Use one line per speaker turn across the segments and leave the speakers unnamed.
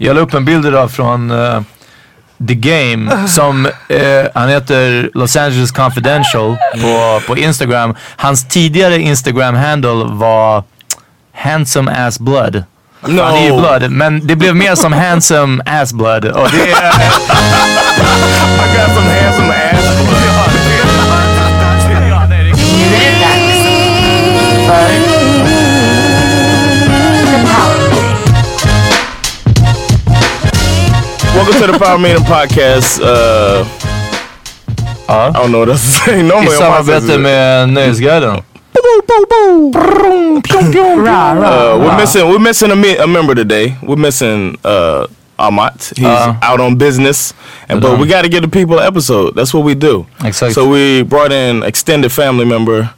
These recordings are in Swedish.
Jag la upp en bild idag från eh, The Game som, eh, han heter Los Angeles Confidential på, på Instagram. Hans tidigare Instagram-handle var Handsome Ass Blood. Han är ju blood, men det blev mer som Handsome Ass Blood. Och det är... I got some handsome ass blood. Ja, det är riktigt.
Welcome to the Power Meeting Podcast. Uh, I
Ja.
don't know what else to say. No
I samarbete med Nöjesguiden.
Uh, we're missing. We're missing a, me- a member today. We're missing uh, Amat. He's
Uh.
out on business, and but we got to give the people an episode. That's what we do.
Uh-huh. Exactly.
So we brought in extended family member.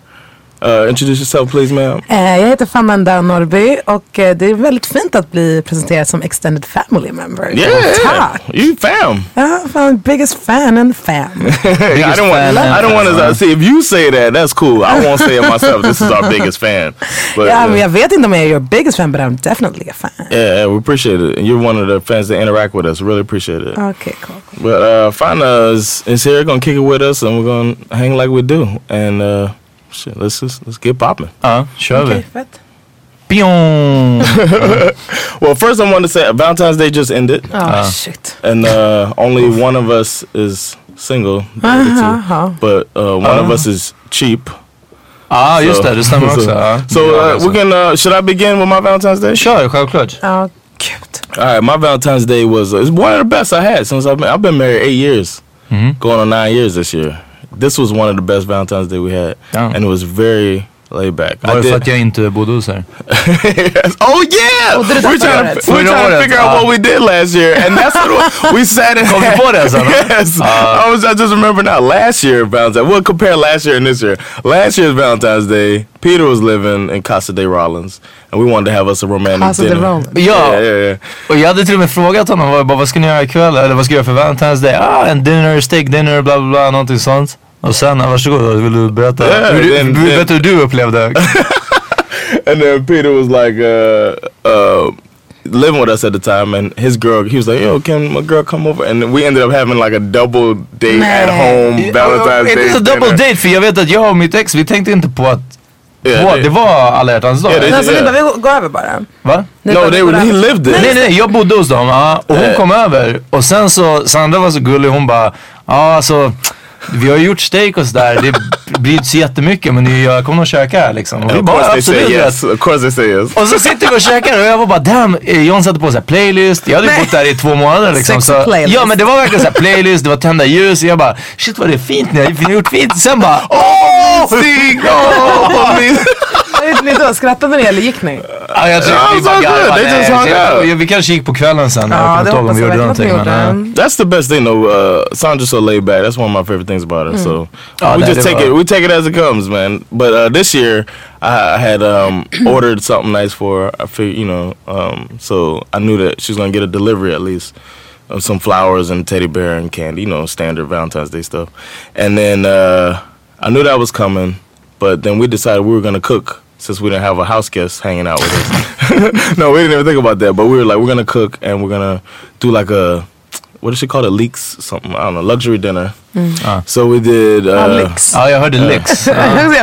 Uh, introduce yourself, please, ma'am.
Eh, Jag heter Famanda Norby och eh, det är väldigt fint att bli presenterad som extended family member.
Yeah,
Tack!
you fam.
Ja, fan, biggest fan and fam.
I don't want.
fan
I
and
don't want
fam.
to see if you say that. That's cool. I won't say it myself. This is our biggest fan. But
ja,
uh,
men jag vet inte om jag är your biggest fan but I'm definitely a fan.
Yeah, yeah, we appreciate it. And you're one of the fans that interact with us. Really appreciate it.
Okej, cool. cool.
But uh Fana is, is here gonna kick it with us and we're gonna hang like we do. And uh shit, let's just let's get popping.
Ja, kör vi.
Okej, fett.
Pion!
Well first I wanna say Valentine's Day just ended
Ja, shit.
and uh only one of us is single. the other two.
Uh-huh.
But uh one of us is cheap.
Ja, just uh-huh. det. Det stämmer också. ja.
So
Ja,
uh,
alltså.
we can uh should I begin with my Valentine's Day?
Kör, självklart.
Ja, gud.
All right, my Valentine's Day was uh, it's one of the best I had since I've been, I've been married eight years, going on nine years this year. This was one of the best Valentine's Day we had,
Damn.
and it was very laid back.
Var det för att jag inte bodde hos er?
Yes. Oh yeah,
Oh, did it
we're
that
trying
bad?
to we're
We know
trying to
that,
figure out
uh,
what we did last year, and that's what we sat and
Kom du på det sen?
Uh,
Yes, I was. I just remember now. Last year Valentine's. We'll compare last year and this year. Last year's Valentine's Day, Peter was living in Casa de Rollins, and we wanted to have us a romantic
Casa de
dinner.
Rollins.
Ja,
yeah, yeah. yeah.
och jag hade till och med frågat honom vad, bara, vad ska ni göra ikväll? Eller vad ska jag göra för Valentine's Day? Ah, en dinner, steak dinner, bla bla bla, någonting sånt. Och sen, ah, varsågod då, vill du berätta?
Ja,
hur, du,
den-
vill du
den-
berätta hur du upplevde?
And then Peter was like, uh, uh, living with us at the time, and his girl, he was like, yo, can my girl come over? And we ended up having like a double date at home Valentine's
Ja,
Day.
Det är så
dinner.
double date, för jag vet att jag och mitt ex, vi tänkte inte på att
Yeah,
på,
they-
det var alla hjärtans dag.
Ja, det-
Men så
ja.
ni bara, vi går- går över bara.
Va?
Ni
no,
bara,
they
vi går
were, he
över.
lived it.
Nej nej, jag bodde hos dem ja, och hon kom över och sen så, Sandra var så gullig hon bara, ja alltså vi har ju gjort steak och sådär, det blir inte så jättemycket men ni, jag kommer nog käka här liksom. Och vi
Of course
bara
they say
absolut yes.
yes. Of course they say yes.
Och så sitter vi och käkar och jag var bara damn, eh, John satte på sig playlist, jag hade ju
Nej.
bott där i två månader liksom.
Sex
Så,
playlist.
ja men det var verkligen såhär playlist, det var tända ljus och jag bara shit vad det är fint ni har gjort fint. Sen bara åh!
Stig, oh, please.
Vad gjorde ni då? Skrattade ni eller gick ni?
Ja, jag tror
Ja,
vi bara
så good.
garvade.
They just
Jag-
hung
jag-
out.
jag- Vi kanske gick på kvällen sen, jag kommer
Ja, det
inte ihåg om
hoppas
vi
jag
gjorde
verkligen att ni
någonting.
gjorde.
men, ja.
That's the best thing though. Uh, Sandra's so laid back. That's one of my favorite things about her. So
Oh,
we
that
just
is
take
right.
it. We take it as it comes, man. But uh, this year, I, I had um, ordered something nice for her. I figured, you know, um, so I knew that she was gonna get a delivery at least. uh, some flowers and teddy bear and candy, you know, standard Valentine's Day stuff. And then uh, I knew that was coming, but then we decided we were gonna cook since we didn't have a house guest hanging out with us. no, we didn't even think about that, but we were like, we're gonna cook and we're gonna do like a what is she called? A leaks something? I don't know. Luxury dinner.
Ah.
So we did. Uh,
Alex.
Ja, jag hörde Lix.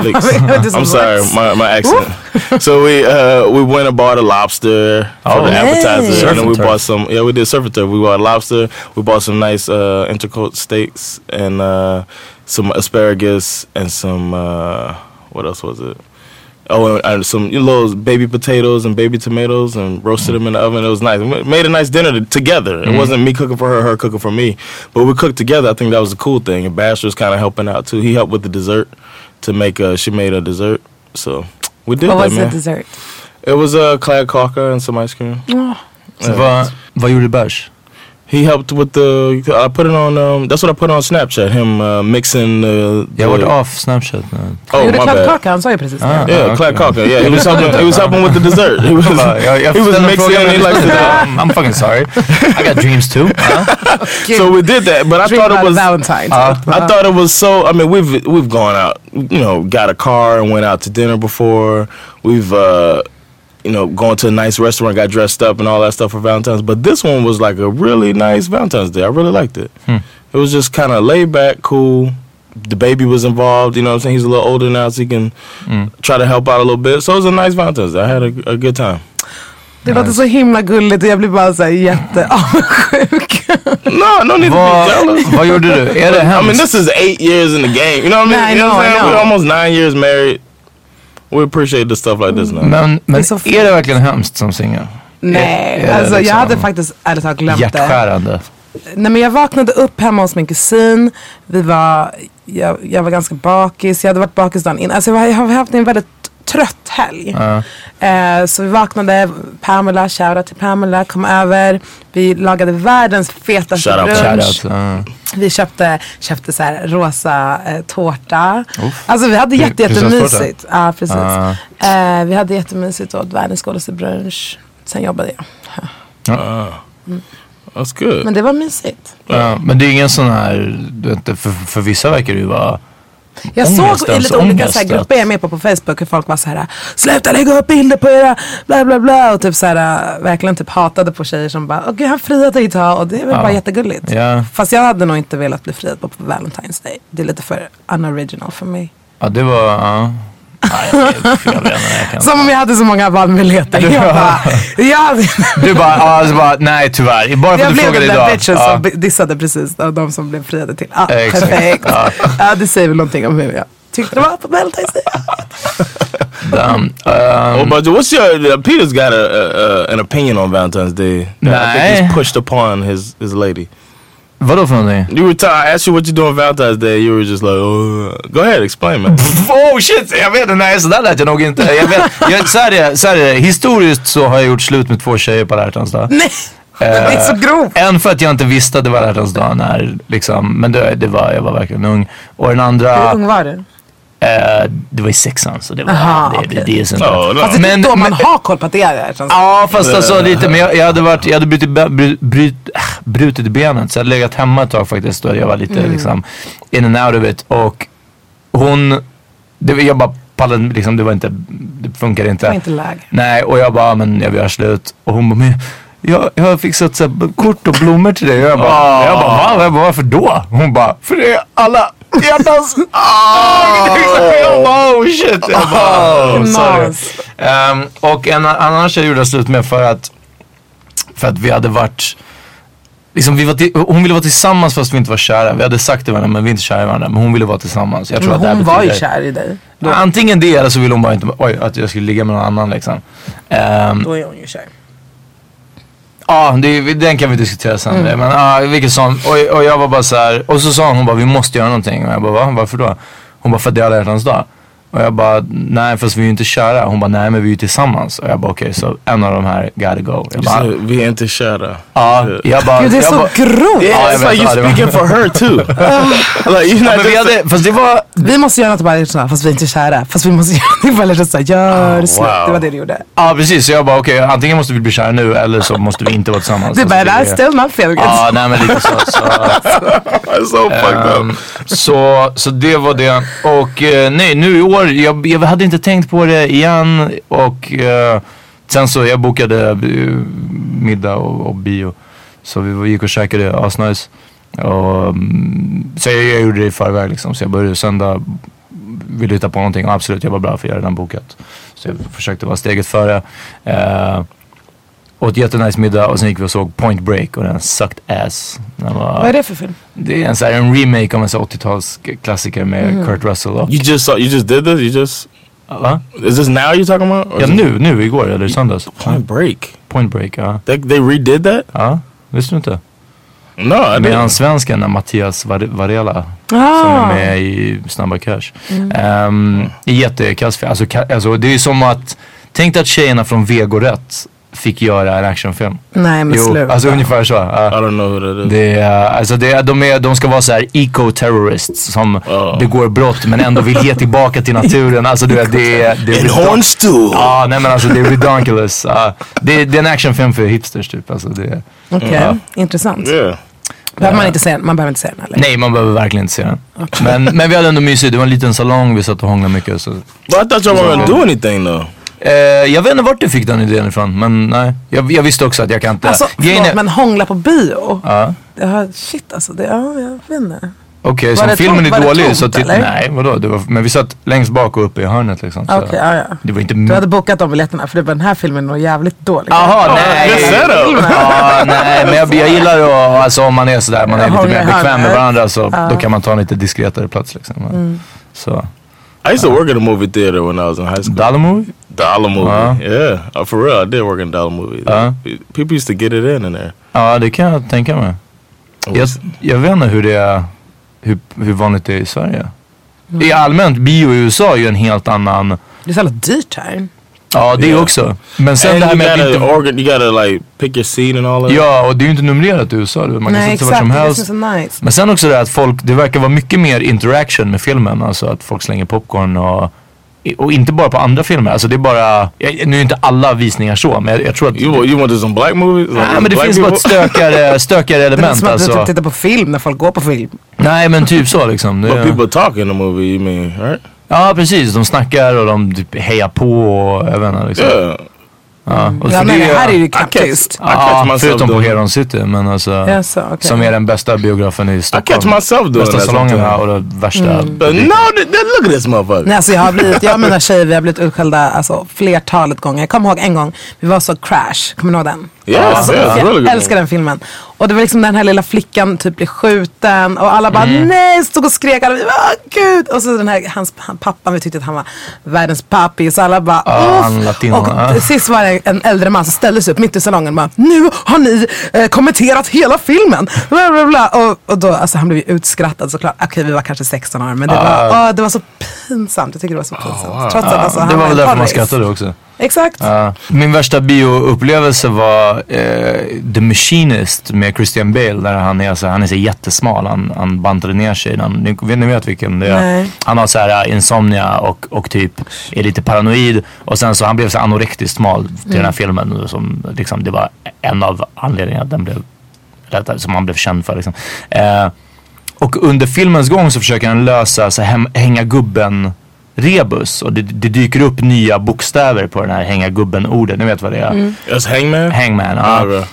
I'm sorry, my, my accent. so we uh, we went and bought a lobster
Oh.
for the
Hey.
appetizer,
Surf
and then
and
we
turf.
bought some. Yeah, we did surf and turf. We bought lobster. We bought some nice uh, intercoat steaks and uh, some asparagus and some uh, what else was it? Oh, and, and some little baby potatoes and baby tomatoes and roasted
Mm.
them in the oven. It was nice. We made a nice dinner t- together.
Mm-hmm.
It wasn't me cooking for her, her cooking for me. But we cooked together. I think that was a cool thing. And Bash was kind of helping out too. He helped with the dessert to make a, she made a dessert. So we did
Vad
that,
var det
man.
dessert?
It was a uh, Clyde Calker and some ice cream. Oh,
Vad vad gjorde Bärs?
He helped with the, I put it on, um, that's what I put on Snapchat, him uh, mixing uh, the,
Jag har
oh,
varit off Snapchat nu.
oh,
Gjorde
my
Cloud
bad.
Kaka, Oh, han sa ju precis det.
Ah.
Yeah, Clyde Calker. Yeah, he was helping. He was helping with the dessert. He was,
Jag, jag
he was
ställde
mixing.
frågan,
And he likes to do that.
um, I'm fucking sorry. I got dreams too. Ja.
So we did that, but I
Dream
thought it
about Uh-huh.
was. Ah.
Valentine's.
I thought it was so. I mean, we've we've gone out, you know, got a car and went out to dinner before. We've, uh, you know, gone to a nice restaurant, got dressed up and all that stuff for Valentine's. But this one was like a really nice Valentine's Day. I really liked it. It was just kind of laid back, cool. The baby was involved. You know what I'm saying? He's a little older now, so he can try to help out a little bit. So it was a nice Valentine's Day. I had a, a good time.
Det låter så himla gulligt och jag blir bara såhär jätteavundsjuk.
No, no need
Vad-
to be jealous.
Vad gjorde du? Är det
I mean,
hemskt?
this is eight years in the game. You know what I mean?
Nah, I
you know, what
know,
I'm
I
saying?
know.
We're almost nine years married. We appreciate the stuff like this now.
Men, men
är så
är det verkligen hemskt som singel?
Nej,
Ja,
alltså jag
liksom.
hade faktiskt ärligt talat glömt det.
Hjärtskärande.
Nej men jag vaknade upp hemma hos min kusin. Vi var, jag, jag var ganska bakis. Jag hade varit bakis dagen innan. Alltså jag, var, jag har haft en väldigt trött helg. Eh, så vi vaknade, Pamela, shoutout till Pamela, kom över. Vi lagade världens fetaste
Shout out,
brunch.
Shoutout. ja.
Vi köpte, köpte så här rosa eh, tårta. Alltså vi hade jätte,
prinsesstårta?
jättemysigt. Ja, precis.
Ah.
Eh, vi hade jättemysigt och åt världens godaste brunch. Sen jobbade jag.
That's good.
Men det var mysigt.
Ja, men det är ingen sån här, du vet, inte, för, för vissa verkar det ju vara...
Jag
Ångest,
såg i
alltså,
lite olika
ångest
så här,
att-
grupper jag är med på på Facebook hur folk var så här Sluta lägga upp bilder på era bla bla bla och typ så här verkligen typ hatade på tjejer som bara Åh gud han friade idag och det är väl bara jättegulligt.
Ja.
Fast jag hade nog inte velat bli friad på, på Valentine's Day. Det är lite för unoriginal för mig.
Ja, det var... Ja. Nej, jag vet inte, jag kan-
Som om jag hade så många valmöjligheter. Jag bara, jag,
Du bara, ja, alltså bara, nej tyvärr. Bara för
jag
att du
blev
frågade
den
idag.
där bitchen
Ja.
som bi- dissade precis av de som blev friade till. Ah,
Exakt.
perfekt. Ja. det säger väl någonting om hur jag tyckte det var på Valentine's Day.
oh, but what's your? Uh, Peter's got a, a, a, an opinion on Valentine's Day. that I think
Nah.
he's pushed upon his his lady.
Vadå för någonting?
You were t- I asked you what you do on Valentine's Day. You were just like, oh, go ahead, explain, man.
Oh shit, jag vet inte, nej sådär lät jag nog inte. Jag vet, jag, så, här är, det- så här är det, historiskt så har jag gjort slut med två tjejer på alla hjärtans dag.
Nej,
Eh,
det är så grovt.
En för att jag inte visste att det var alla hjärtans dag när, liksom, men det, det var, jag var verkligen ung. Och den andra,
Hur ung var du?
eh, det var i sexan så det var,
Aha,
det, det,
okej.
det är sånt
Oh, no.
Fast det är
Men-
typ då man
men-
har koll på att det är det här känns det.
Ja, fast alltså lite. Men jag, jag hade varit, jag hade brutit, be- bru- brut, äh, brutit benet. Så jag hade legat hemma ett tag faktiskt. Då jag var lite
Mm.
liksom in and out of it. Och hon, det, var- jag bara pallade, liksom det var inte, det funkade inte.
var inte läge.
Nej, och jag bara, men jag vill göra slut. Och hon bara, men jag, jag har fixat så här, b- kort och blommor till dig. Och jag bara, jag bara, va? Jag bara, varför då? Hon bara, för det är alla hjärtans... Oh! Jag bara, oh shit. Jag bara, oh, sorry.
Nas.
Ehm, och en annan tjej gjorde jag slut med för att, för att vi hade varit Liksom vi var till, hon ville vara tillsammans fast vi inte var kära. Vi hade sagt till varandra men vi är inte kära i varandra. Men hon ville vara tillsammans. Jag tror
Men
att det här
hon var ju
betyder-
kär i dig. Då,
Antingen det eller så ville hon bara inte, oj att jag skulle ligga med någon annan liksom. Ehm,
då är hon ju kär.
Ja, det- den kan vi diskutera sen. Men ja, vilket som. Och, och jag var bara så här. Och så sa hon, hon bara, vi måste göra någonting. Och jag bara, va? Varför då? Hon bara, för att det är alla hjärtans dag. Och jag bara, nej fast vi är ju inte köra. Hon bara, nej men vi är ju tillsammans. Och jag bara, okej så en av de här gotta go. Jag bara,
Så Vi är inte kära.
ja. Jag bara,
Gud, det är
jag
så
bara, Ja,
grovt.
Yeah,
jag
it's like
vet, ja,
you're
det var-
speaking for her too. like, you're
Ja,
not
men vi
just
hade, fast det var,
Vi måste göra något bara sådär, fast vi är inte kära. Fast vi måste göra det bara lite såhär, gör
Ah,
slut. Det var det du gjorde.
ja precis. Så jag bara, okej antingen måste vi bli kära nu eller så måste vi inte vara tillsammans.
Du bara,
Alltså, det- Ah,
that's still my favorite.
Ja, nej men lite så. så
That's so fucked up.
Ehm, så, så det var det. Och eh, nej, nu i år, jag, jag hade inte tänkt på det igen. Och eh, sen så, jag bokade eh, middag och, och bio. Så vi var- gick och käkade asnice. Och, mm, så jag, jag gjorde det i förväg liksom. Så jag började söndag, ville hitta på någonting. Absolut, jag var bra för jag hade redan bokat. Så jag försökte vara steget före. Eh, åt jättenice middag och sen gick vi och såg Point Break och den sucked ass. Den var-
Vad är det för film?
det är en, så här, en remake av en så här 80-talsklassiker med
Mhm.
Kurt Russell och...
You just saw, you just did this. You just
Va?
is this now you're talking about? Or
Ja
is it-
nu, nu igår eller i söndags.
Point Break.
Point Break, ja.
They, they redid that?
Ja, visste du inte?
No, I
Med
didn't.
han svensken där, Mattias Var- Varela. Som är
Ah. Mm.
med i Snabba Cash. Um, Jättekass film. Alltså, ka- alltså det är ju som att... Tänk dig att tjejerna från Vegorätt fick göra en actionfilm.
Nej men sluta.
alltså ungefär så. ja.
I don't know who that is.
Det är, alltså det är, de, är, de ska vara så här eco-terrorists som begår brott men ändå vill ge tillbaka till naturen. Alltså du vet, det är... Det är
And
redon-
horns too.
Ja, nej men alltså det är redonkulous. Ja, det, är- det är en actionfilm för hipsters typ. Alltså, det är,
Okej,
Mm.
intressant.
Yeah.
Behöver man inte säga, man behöver inte säga den eller?
nej, man behöver verkligen inte se den. Men, men vi hade ändå mysigt. Det var en liten salong, vi satt och hånglade mycket. Så.
But I thought y'all weren't gonna do anything though.
Eh, jag vet inte vart du fick den idén ifrån, men nej. Jag, jag visste också att jag kan inte...
Alltså,
Grejen
förlåt,
är-
men hångla på bio?
Ja. Mm.
Det har, shit alltså, det, ja, jag vet inte.
Okej,
Var det
så filmen
tomt- var
är
det
dålig
tomt,
så... Till,
eller?
nej, vadå? Det var, men vi satt längst bak och uppe i hörnet liksom. så-
Okej, ja, ja.
Det var inte...
Du hade bokat de biljetterna för det var den här filmen nog jävligt dålig.
Jaha, nej.
Good setup.
Ja, nej, men jag, jag gillar att, alltså om man är sådär, man är lite
Hångla
mer
i
bekväm med
hörnet.
varandra så då kan man ta en lite diskretare plats liksom.
Mm.
Så,
I used to work at a movie theater when I was in high school.
Dollar Movie?
Dollar movie.
Wow.
Yeah. Uh, for real, I did work in Dollar movie.
Uh.
People used to get it in in there.
Ja, det kan jag tänka mig. Jag, jag vet inte hur det är, hur, hur vanligt det är i Sverige.
Mm.
I allmänt, bio i USA är ju en helt annan,
Det är så jävla dyrt här.
ja det
Ja.
också. Men sen
And
det här
you
med att
gotta,
inte,
organ, you gotta like pick your seat and all of that.
ja och det är ju inte numrerat i USA, du vet, man kan
Nej
sätta sig vart som
exakt, det är det
helst.
som är så nice.
Men sen också det att folk, det verkar vara mycket mer interaction med filmen. Alltså att folk slänger popcorn och, och inte bara på andra filmer. Alltså det är bara, jag- nu är inte alla visningar så men jag, jag tror att...
You, wa- you wanted some black movies? Like,
Nej men det
black
finns bara ett stökigare, stökigare
Det är
element
som att du
alltså.
typ tittar på film när folk går på film.
Nej men typ så liksom. Det,
But people talk in the movie, you mean, right?
Ja precis, de snackar och de typ hejar på och jag vet inte liksom.
Yeah.
Ja, och
Ja,
för
nej,
det-
det här är ju knappt
catch-
tyst.
I catch
Ja,
myself
förutom på
doing-
Heron City men alltså.
Jaså, okej.
Som är den bästa biografen i
I catch
Stockholm.
myself doing
Bästa
that
salongen här
sometimes.
och det värsta.
Mm.
But no, th- th- look at this motherfucker.
Nej, alltså jag, har blivit, jag och mina tjejer vi har blivit utskällda alltså, flertalet gånger. Jag kommer ihåg en gång, vi var så crash, kommer ni ihåg den?
Yes,
alltså,
yes,
jag
really good
älskar den filmen. Och det var liksom den här lilla flickan typ blir skjuten och alla bara
Mm.
nej, stod och skrek. Alla, oh, gud. Och så den här hans han, pappan, vi tyckte att han var världens pappi. Så alla bara
Ja,
"Uff."
han latino,
Och
ja.
sist var det en äldre man som ställde sig upp mitt i salongen och bara nu har ni eh, kommenterat hela filmen. Bla, bla, bla. Och, och då, alltså han blev ju utskrattad såklart. Okej, vi var kanske 16 år
Ah.
men det, var, åh, det var så pinsamt. Jag tycker det var så pinsamt. Trots att alltså,
det
han
var väl
en
därför man
porris.
skrattade Ah. också.
Exakt.
Ja. Min värsta bioupplevelse var eh, The Machinist med Christian Bale. Där han är, så, han är så jättesmal. Han, han bantade ner sig. innan. ni, vet- ni vet vilken det är.
Nej.
Han har så här eh, insomnia och, och typ är lite paranoid. Och sen så han blev så anorektiskt smal till den här filmen. och Som, liksom, det var en av anledningarna att den blev, eller som han blev känd för. Liksom. Eh, och under filmens gång så försöker han lösa så hem, hänga gubben rebus och det, det dyker upp nya bokstäver på den här hänga gubben orden. Ni vet vad det är?
That's Hangman?
Hangman.
Ah,
Ja.
bro.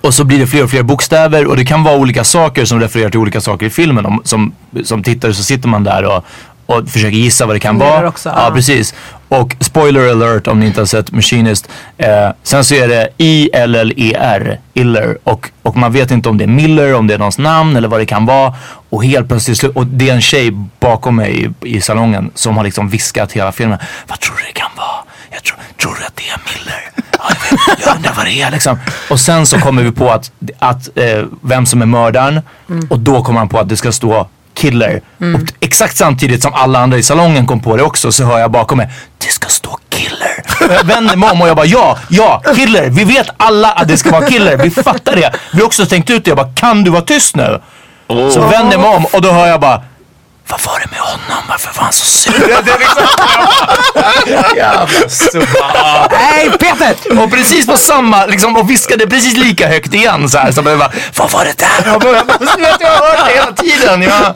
Och så blir det fler och fler bokstäver och det kan vara olika saker som refererar till olika saker i filmen. Om, som, som tittare så sitter man där och, och försöker gissa vad det kan
Funderar
vara.
också,
ja,
ja.
precis. Och spoiler alert om ni inte har sett Machinist. Eh, sen så är det I-L-L-E-R, E Iller. Och, och man vet inte om det är Miller, om det är någons namn eller vad det kan vara. Och helt plötsligt, slu- och det är en tjej bakom mig i, i salongen som har liksom viskat hela filmen. Vad tror du det kan vara? Jag tror, tror du att det är Miller? Ja, jag vet. Jag undrar vad det är liksom. Och sen så kommer vi på att, att eh, vem som är mördaren. Och då kommer han på att det ska stå killer. Och t- exakt samtidigt som alla andra i salongen kom på det också så hör jag bakom mig, det ska stå killer. Och jag vänder mig om och jag bara ja, ja, killer. Vi vet alla att det ska vara killer. Vi fattar det. Vi har också tänkt ut det. Jag bara kan du vara tyst nu? Så vänder jag mig om och då hör jag bara vad var det med honom? Varför var han så sur? Det- det är liksom- Jävla subba.
Nej Peter!
Och precis på samma, liksom, och viskade precis lika högt igen så här. Så jag bara, vad var det där? Jag, bara, jag, bara, jag vet, jag har hört det hela tiden. Jag...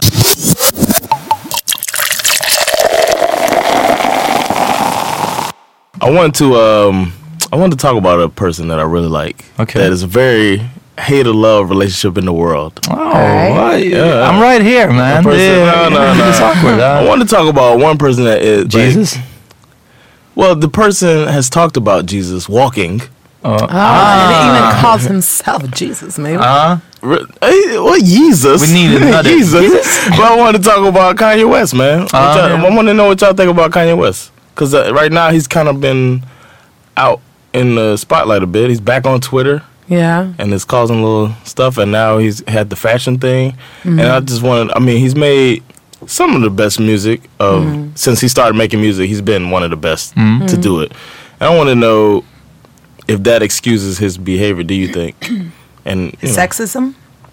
I want to um I want to talk about a person that I really like.
Okay.
That is a very hate or love relationship in the world.
Oh, I'm right here man.
person-
Det-
no, no, no.
It's awkward.
I
huh?
want to talk about one person that is like,
Jesus?
well, the person has talked about Jesus walking.
Ah.
He even calls himself Jesus maybe.
Re- eh, Well, Jesus.
We need another
Jesus. but I want to talk about Kanye West, man. What
Ah.
y'all- I want to know what y'all think about Kanye West because uh, right now he's kind of been out in the spotlight a bit. He's back on Twitter.
yeah.
and it's causing a little stuff and now he's had the fashion thing and i just wanted i mean he's made some of the best music of
Mm-hmm.
since he started making music he's been one of the best to do it and i want to know if that excuses his behavior do you think and you know,
Sexism?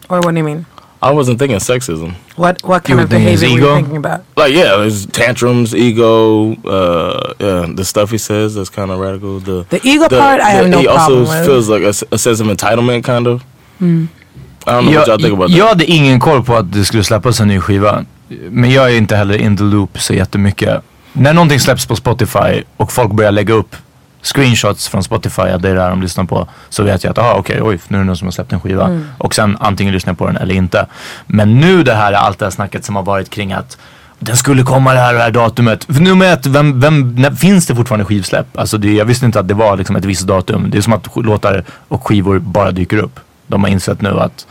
Or what do you mean?
i wasn't thinking sexism
What what
You
kind
were
of
thinking his
behavior were you
ego?
thinking about?
like yeah there's tantrums ego uh, uh the stuff he says that's kind of radical the
The ego part I have no
he
problem
also
with. Mm.
feels like a, s- a sense of entitlement kind of i don't know what y'all think
Jag,
about that
jag hade ingen koll på att det skulle släppas en ny skiva. Men jag är inte heller in the loop så jättemycket. När någonting släpps på Spotify och folk börjar lägga upp screenshots från Spotify att det är det här de lyssnar på. Så vet jag att, aha okej, oj, nu är det någon som har släppt en skiva. Och sen antingen lyssnar jag på den eller inte. Men nu det här, allt det här snacket som har varit kring att den skulle komma det här och det här datumet. För nummer ett, vem, vem, när, finns det fortfarande skivsläpp? Alltså det, jag visste inte att det var liksom ett visst datum. Det är som att sk- låtar och skivor bara dyker upp. De har insett nu att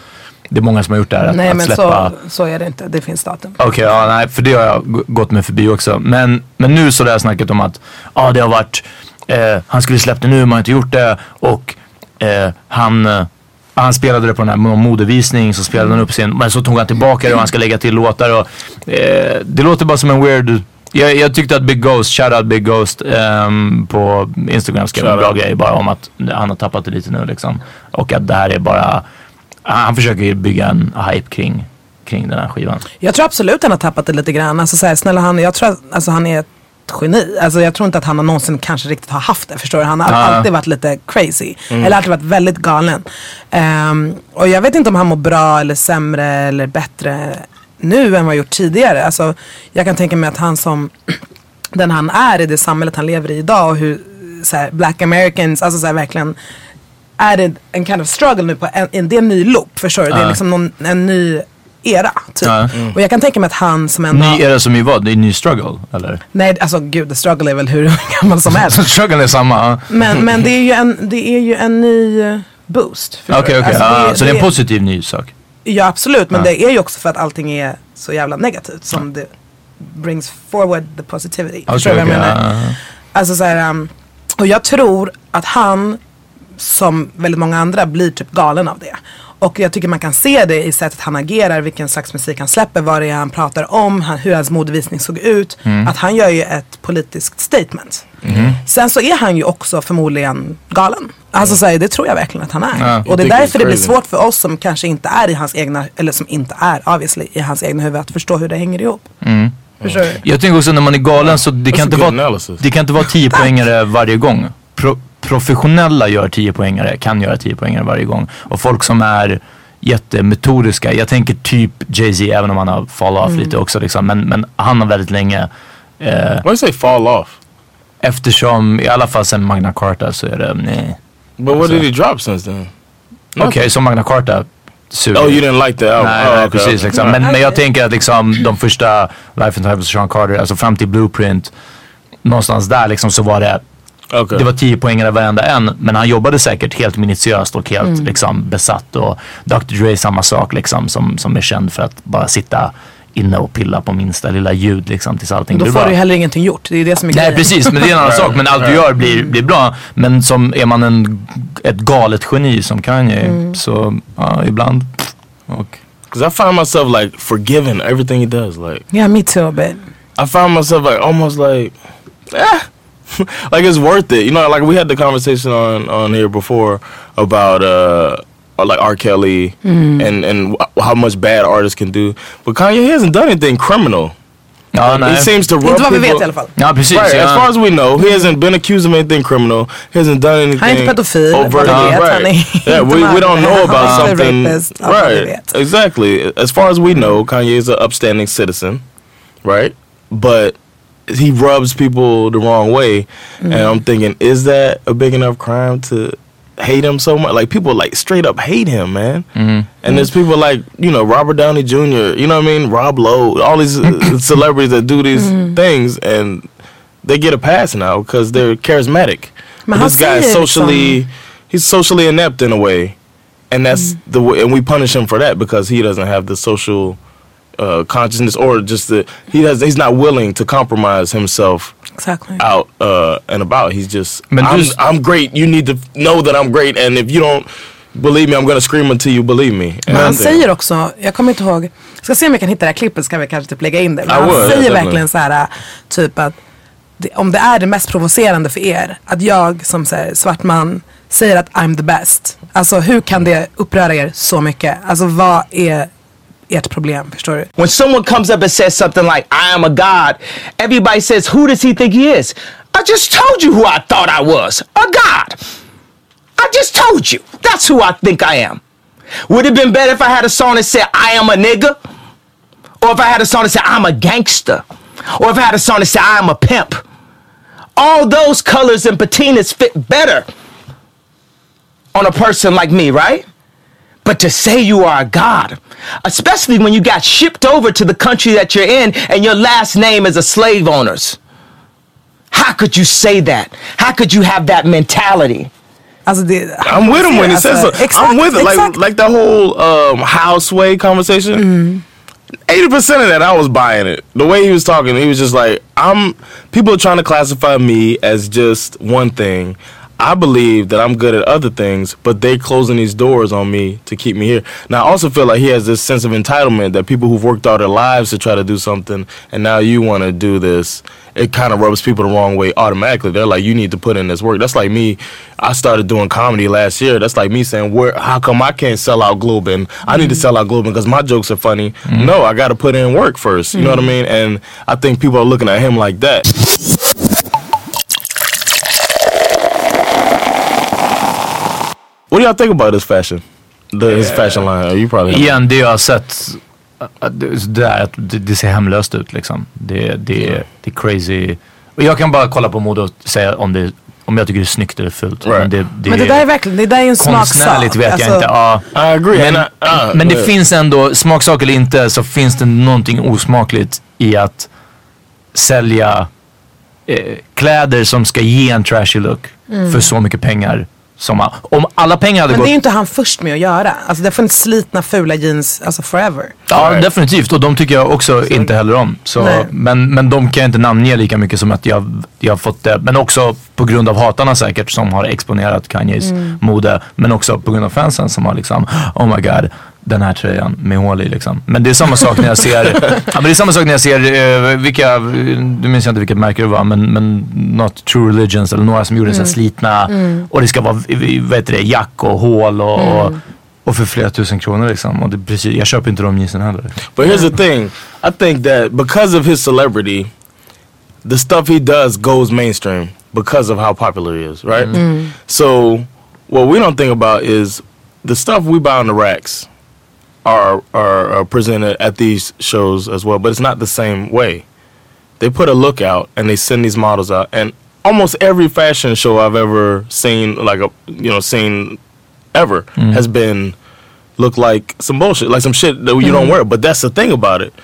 det är många som har gjort det här. Att,
Nej
att
men
släppa...
så, så är det inte. Det finns datum.
Okej, ja, nej, för det har jag g- gått mig förbi också. Men, men nu så det här snacket om att ja, det har varit, eh, han skulle släppt det nu, man har inte gjort det. Och eh, han, eh, han spelade det på den här mo- modevisningen, så spelade han upp sin, men så tog han tillbaka det och han ska lägga till låtar. Och, eh, det låter bara som en weird... Jag, jag tyckte att Big Ghost, shoutout Big Ghost ehm, på Instagram skrev en bra grej bara om att han har tappat det lite nu liksom. Och att det här är bara, han han försöker bygga en hype kring, kring den här skivan.
Jag tror absolut han har tappat det lite grann. Alltså så här, snälla han, jag tror att alltså, han är ett geni. Alltså jag tror inte att han har någonsin kanske riktigt har haft det. Förstår du? Han har alltid varit lite crazy. Eller alltid varit väldigt galen. Ehm, och jag vet inte om han mår bra eller sämre eller bättre nu än vad han gjort tidigare. Alltså jag kan tänka mig att han som den han är i det samhället han lever i idag och hur så här, black americans, alltså så här, verkligen är det en kind of struggle nu på en, en, det är en ny loop, förstår du? Det är liksom någon, en ny era typ.
Ja.
Och jag kan tänka mig att han som ändå,
Ny era som i vad? Det är ny struggle eller?
nej alltså gud, the struggle är väl hur gammal som helst.
struggle är samma.
Men, men det, är ju en, det är ju en ny eh, boost. förstår
Okej
du?
okej,
Alltså,
Ah, så det är en positiv Ah. ny sak.
Ja absolut, men det är ju också för att allting är så jävla negativt som det brings forward the positivity. förstår du vad jag
Ah. okej,
menar?
ah,
Alltså så här, um, och jag tror att han, som väldigt många andra, blir typ galen av det. Och jag tycker man kan se det i sättet han agerar, vilken slags musik han släpper, vad det är han pratar om, han, hur hans modevisning såg ut.
Mm.
Att han gör ju ett politiskt statement. Sen så är han ju också förmodligen galen. Alltså så här, det tror jag verkligen att han är. och det är
tycker det är
därför det blir
crazy.
svårt för oss som kanske inte är i hans egna, eller som inte är obviously, i hans egna huvud att förstå hur det hänger ihop.
Mm.
Förstår du?
Jag tänker också när man är galen så det
That's
kan,
a
inte
good
vara,
analysis.
det kan inte vara 10 poängare varje gång. Pro, professionella gör 10 poängare, kan göra 10 poängare varje gång. Och folk som är jättemetodiska, jag tänker typ Jay-Z även om han har fall off lite också liksom. Men, men han har väldigt länge
Why you say fall off?
eftersom i alla fall sen Magna Carta så är det nej.
But what did he drop since then?
Okej, så Magna Carta suger.
Oh, you didn't like the album.
Nej,
oh,
nej
okay,
precis.
okay.
Liksom. Men, men jag tänker att liksom, de första Life and Times of Sean Carter, alltså fram till Blueprint, någonstans där liksom, så var det
Okay.
det var 10 poängare varenda en, men han jobbade säkert helt minutiöst och helt
Mm.
liksom, besatt. Och Dr. Dre är samma sak, liksom, som, som är känd för att bara sitta inne och pilla på minsta lilla ljud liksom, tills allting
Då
blir
får
bra.
du ju heller ingenting gjort. Det är ju det som är
Nej
grejen.
precis, men det är en annan sak. Men allt du gör blir, blir bra. Men som är man
Mm.
en, ett galet geni som Kanye, så ja, ibland. Och
Cause I find myself like forgiving everything he does. Like
Yeah, me too a bit.
I find myself like almost like, eh, like it's worth it. You know, like we had the conversation on on here before about uh like R. Kelly and and wh- how much bad artists can do, but Kanye he hasn't done anything criminal.
Ja,
He
nej.
seems to rub
Inte vad vi
people.
vet i alla fall.
Ja, precis.
Right,
ja.
as far as we know, he hasn't been accused of anything criminal. He hasn't done anything.
Han är inte pedofil,
overtly.
vad vi vet. Han är
Right.
inte
Yeah, we, we don't
mördare.
know
Han
about
är inte
something.
rapist, vad vi
right,
vet.
exactly. As far as we know, Kanye is an upstanding citizen, right? But he rubs people the wrong way, and I'm thinking, is that a big enough crime to hate him so much? Like people like straight up hate him, man. And there's people like you know Robert Downey Jr. You know what I mean? Rob Lowe, all these uh, celebrities that do these things, and they get a pass now because they're charismatic. But
Men han
this guy is
säger
socially he's socially inept in a way, and that's the way, and we punish him for that because he doesn't have the social uh, consciousness or just the he does he's not willing to compromise himself
Exactly.
out uh, and about. He's just
Men du-
I'm, I'm great. You need to f- know that I'm great, and if you don't believe me, I'm gonna scream until you believe me. And
Men han
I think-
säger också, jag kommer inte ihåg, ska se om jag kan hitta det här klippet så kan vi kanske typ lägga in det. Men
I
han
would, yeah,
säger
definitely.
verkligen så här, typ att det, om det är det mest provocerande för er, att jag som så här, svart man säger att I'm the best. Alltså hur kan det uppröra er så mycket? Alltså vad är ert problem? Förstår du?
When someone comes up and says something like, I am a God, everybody says, Who does he think he is? I just told you who I thought I was a God. I just told you. That's who I think I am. Would it have been better if I had a song that said, I am a nigga? Or if I had a song that said, I'm a gangster? Or if I had a song that said, I'm a pimp? All those colors and patinas fit better on a person like me, right? But to say you are a god, especially when you got shipped over to the country that you're in and your last name is a slave owner's. How could you say that? How could you have that mentality?
Alltså det,
I'm with him when he says
Alltså,
so. I'm with it. Like
exakt.
like the whole um, houseway conversation. Eighty percent of that, I was buying it. The way he was talking, he was just like, "I'm." People are trying to classify me as just one thing. I believe that I'm good at other things, but they closing these doors on me to keep me here. Now, I also feel like he has this sense of entitlement that people who've worked all their lives to try to do something, and now you want to do this. It kind of rubs people the wrong way automatically. They're like, you need to put in this work. That's like me. I started doing comedy last year. That's like me saying, where? How come I can't sell out Globin? I need to sell out Globin because my jokes are funny. No, I got to put in work first. You know what I mean? And I think people are looking at him like that. What do y'all think about his fashion? The, his fashion line. You probably.
Igen, det jag har sett. att Det, det, är att det, det ser hemlöst ut liksom. Det, det, det är crazy. Och jag kan bara kolla på mode och säga om, det, om jag tycker det är snyggt eller fult. Men,
Right.
det,
Men det där är verkligen, det där är en smaksak.
konstnärligt vet
Alltså,
jag inte. Ja.
I agree.
Men,
and I- uh,
men det
uh,
finns ändå, smaksak eller inte, så finns det någonting osmakligt i att sälja eh, kläder som ska ge en trashy look för så mycket pengar. Som, a- om alla pengar hade
Mm. Men
gått...
det är ju inte han först med att göra. Alltså det har funnits slitna fula jeans, alltså forever.
Ja, definitivt. Och de tycker jag också inte heller om. Så,
Nej.
men, men de kan jag inte namnge lika mycket som att jag, jag har fått det. Men också på grund av hatarna säkert som har exponerat Kanyes mode. Men också på grund av fansen som har liksom, oh my god, den här tröjan med hål i liksom. Men det är samma sak när jag ser, ja, men det är samma sak när jag ser, eh, vilka, nu minns jag inte vilket märke det var, men, men något True Religions eller några som gjorde så här slitna och det ska vara, eh, vad heter det, jack och hål och, och och för flera tusen kronor liksom. Och det, är precis, jag köper inte de jeansen heller.
But here's the thing. I think that because of his celebrity, the stuff he does goes mainstream because of how popular he is, right? So what we don't think about is the stuff we buy on the racks are, are are presented at these shows as well, but it's not the same way. They put a look out and they send these models out and almost every fashion show I've ever seen like a you know seen ever has been look like some bullshit, like some shit that you don't wear. But that's the thing about it,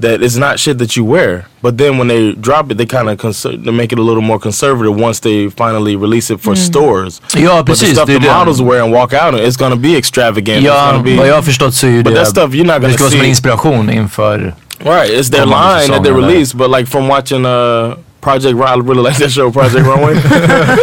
that it's not shit that you wear. But then when they drop it, they kind of conser- they make it a little more conservative once they finally release it for stores.
Ja,
but the
precis,
stuff
det är
the
det.
models wear and walk out in, it's gonna be extravagant. it's
Ja,
gonna be
vad jag har förstått så är ju
But
det,
that stuff you're not
det
gonna
ska vara som en
see.
inspiration inför...
right. It's their
Kommande
line that they
säsongen där.
release. But like from watching uh Project Runway. I really like that show, Project Runway.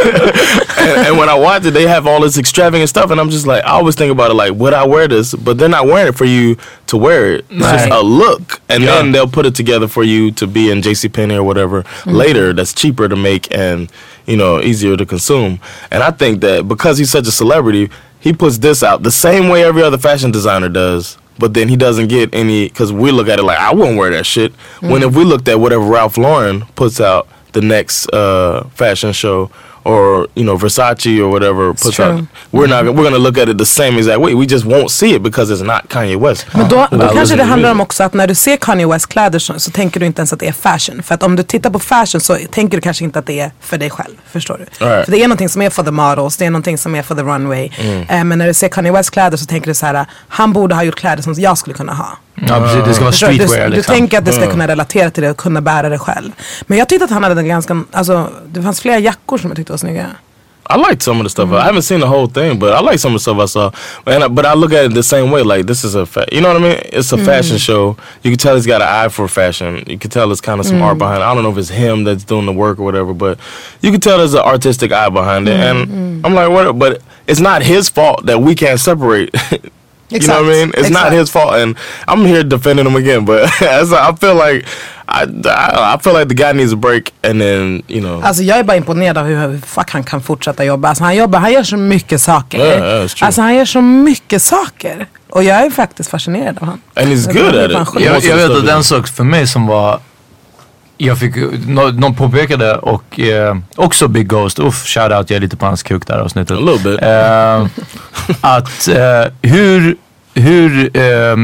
and, and when I watch it, they have all this extravagant stuff, and I'm just like, I always think about it like, would I wear this? But they're not wearing it for you to wear it. It's just
Right.
a look, and
Yeah.
then they'll put it together for you to be in J.C. Penney or whatever
Mm-hmm.
later. That's cheaper to make and you know easier to consume. And I think that because he's such a celebrity, he puts this out the same way every other fashion designer does. But then he doesn't get any because we look at it like I wouldn't wear that shit. When
Mm-hmm.
if we looked at whatever Ralph Lauren puts out the next uh, fashion show or you know Versace or whatever puts out,
true.
we're not we're gonna look at it the same exact way. We just won't see it because it's not Kanye West.
Men då,
Well,
då kanske det
listen,
handlar om
really.
också att när du ser Kanye West kläder så, så tänker du inte ens att det är fashion. För att om du tittar på fashion så tänker du kanske inte att det är för dig själv. Förstår du?
All right.
För det är någonting som är för the models, det är någonting som är för the runway.
Mm.
Eh, men när du ser Kanye West kläder så tänker du så här, han borde ha gjort kläder som jag skulle kunna ha.
Ja, precis. Det ska vara
Förstår du?
streetwear
du, du
liksom.
tänker att det ska kunna relatera till det och kunna bära det själv. Men jag tyckte att han hade en ganska, alltså det fanns flera jackor som jag tyckte var snygga.
I liked some of the stuff. I haven't seen the whole thing, but I like some of the stuff I saw. And I, but I look at it the same way. Like this is a, fa- you know what I mean? It's a fashion show. You can tell he's got an eye for fashion. You can tell it's kind of some art behind. it. I don't know if it's him that's doing the work or whatever, but you can tell there's an artistic eye behind it. And I'm like, what? But it's not his fault that we can't separate. You know what I
Exakt,
mean? It's not
exakt.
his fault, and I'm here defending him again. But as I I feel like, I, I I feel like the guy needs a break, and then you know.
Alltså jag är bara imponerad av hur fuck han kan fortsätta jobba. Alltså han jobbar, han gör så mycket saker.
Yeah, yeah, it's true.
alltså han gör så mycket saker. Och jag är faktiskt fascinerad av han.
And he's
Jag
good
tror
at
att han
it.
sjunger.
Jag,
Måste
jag
förstå
vet att
det.
en sak för mig som var... Jag fick, nå- någon påpekade och eh, också Big Ghost, uff, shoutout, jag är lite på hans kuk där avsnittet.
A little bit.
Eh, att eh, hur, hur eh,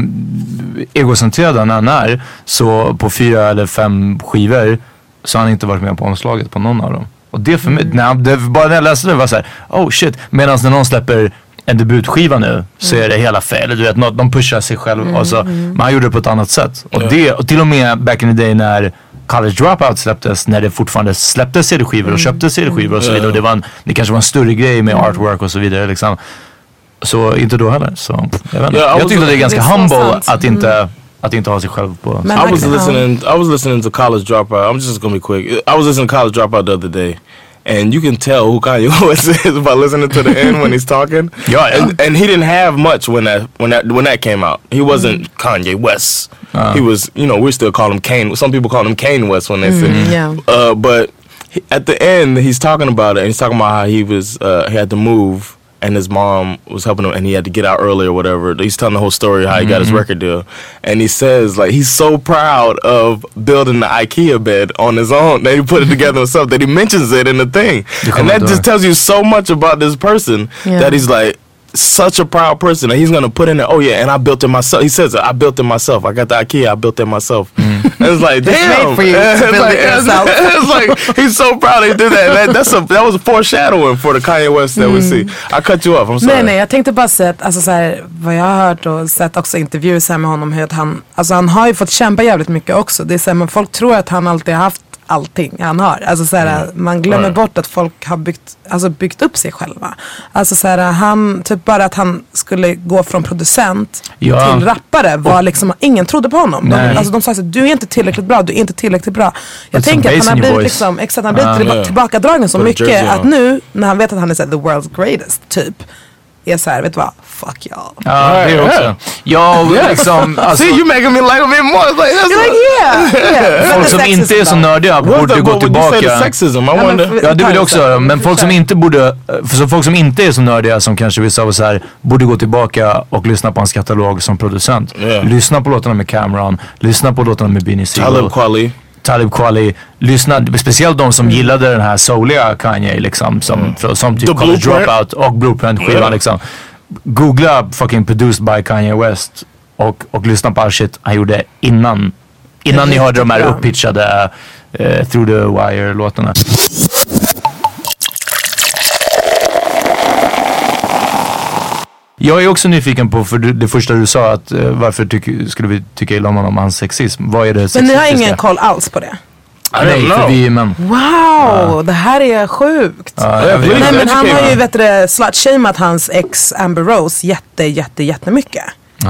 egocentrerad han än är, så på fyra eller fem skivor så har han inte varit med på omslaget på någon av dem. Och det för mig, när, det, bara när jag läste det var såhär, oh shit. Medan när någon släpper en debutskiva nu så
Mm.
är det hela fel. Du vet, nå- de pushar sig själv. och så, Men han gjorde det på ett annat sätt. Och, det, och till och med back in the day när College Dropout släpptes, när det fortfarande släpptes CD-skivor
Mm.
och köptes CD-skivor och så vidare. Och det, var en, det kanske var en större grej med artwork och så vidare. Liksom. Så inte då heller. Så, jag vet inte.
Ja, I
jag
was-
tyckte det är ganska
Det är så
humble
sant. Mm.
att inte, att inte ha sig själv på...
Men- liksom-
I was
Okay.
listening. I was listening to College Dropout. I'm just gonna be quick. I was listening to College Dropout the other day, and you can tell who Kanye West is by listening to the end when he's talking.
Ja, ja.
And, and he didn't have much when that when that when that came out. He wasn't Kanye West. He was, you know, we still call him Kane. Some people call him Kane West when they say.
yeah.
Uh, but he- at the end, he's talking about it, and he's talking about how he was uh, he had to move, and his mom was helping him, and he had to get out early or whatever. He's telling the whole story how he got his record deal, and he says like he's so proud of building the IKEA bed on his own that he put it together himself. That he mentions it in the thing, and that
Commodore.
just tells you so much about this person
Yeah.
that he's like. Such a proud person, and he's gonna put in there. Oh yeah, and I built it myself. He says, "I built it myself. I got the IKEA. I built it myself." And it's like, damn,
made for you to
It's
build it
like- it's-
yourself.
it's like he's so proud he did that. that that's a that was a foreshadowing for the Kanye West that we see.
Mm.
I cut you off. I'm sorry.
Nej nej jag tänkte bara säga att alltså, så här, vad jag har hört och sett också intervjuer så här med honom hur att han, alltså han har ju fått kämpa jävligt mycket också. Det är så här, men folk tror att han alltid har haft allting han har. Alltså så här,
Mm.
man glömmer
Right.
bort att folk har byggt, alltså, byggt upp sig själva. Alltså så här, han, typ bara att han skulle gå från producent
Ja.
till rappare var liksom, ingen trodde på honom. De,
Nej.
alltså de sa så här, du är inte tillräckligt bra, du är inte tillräckligt bra.
Put
Jag
some
tänker att
bass
han har
in your
blivit
voice.
liksom, exakt han har blivit
Ah.
tillba-
Yeah.
tillbakadragen så
Put a
mycket
jersey
att
on.
nu när han vet att han är så här, the world's greatest typ är så här, vet du vad, fuck y'all.
Uh,
Ja, det också. Ja, och liksom, alltså,
See, you making me like him even more. It's like, that's
You're like yeah, yeah.
folk som
Sexism
inte är så
då?
nördiga
what
borde
the,
gå
what would you say to
tillbaka.
sexism? I
men
wonder.
för-
Ja, det vill jag också göra. Men
Försök.
folk som inte borde, för så folk som inte är så nördiga som kanske vissa av oss är, borde gå tillbaka och lyssna på hans katalog som producent.
Ja.
Lyssna på låtarna med Cameron, lyssna på låtarna med Beanie Sigel.
Talib Kweli.
Talib Kweli, lyssna, speciellt de
Mm.
som gillade den här souliga Kanye liksom, som, för- som typ
The
College
Blueprint.
Dropout och Blueprint-skivan
Yeah.
liksom. Googla fucking produced by Kanye West och, och lyssna på all shit han gjorde innan, innan ni hörde de här
Jättebra.
upppitchade eh, Through the Wire-låtarna. Jag är också nyfiken på, för du, det första du sa, att eh, varför tyck, skulle vi tycka illa om honom, hans sexism? Vad är det
Men ni har
sexistiska?
ingen koll alls på det?
Ah, Nej, för vi är män.
Wow, det här är sjukt.
Ja, jag vet.
please.
Nej men han
Educate
har ju
me.
vet du, det, slut-shamat hans ex Amber Rose jätte, jätte, jättemycket.
I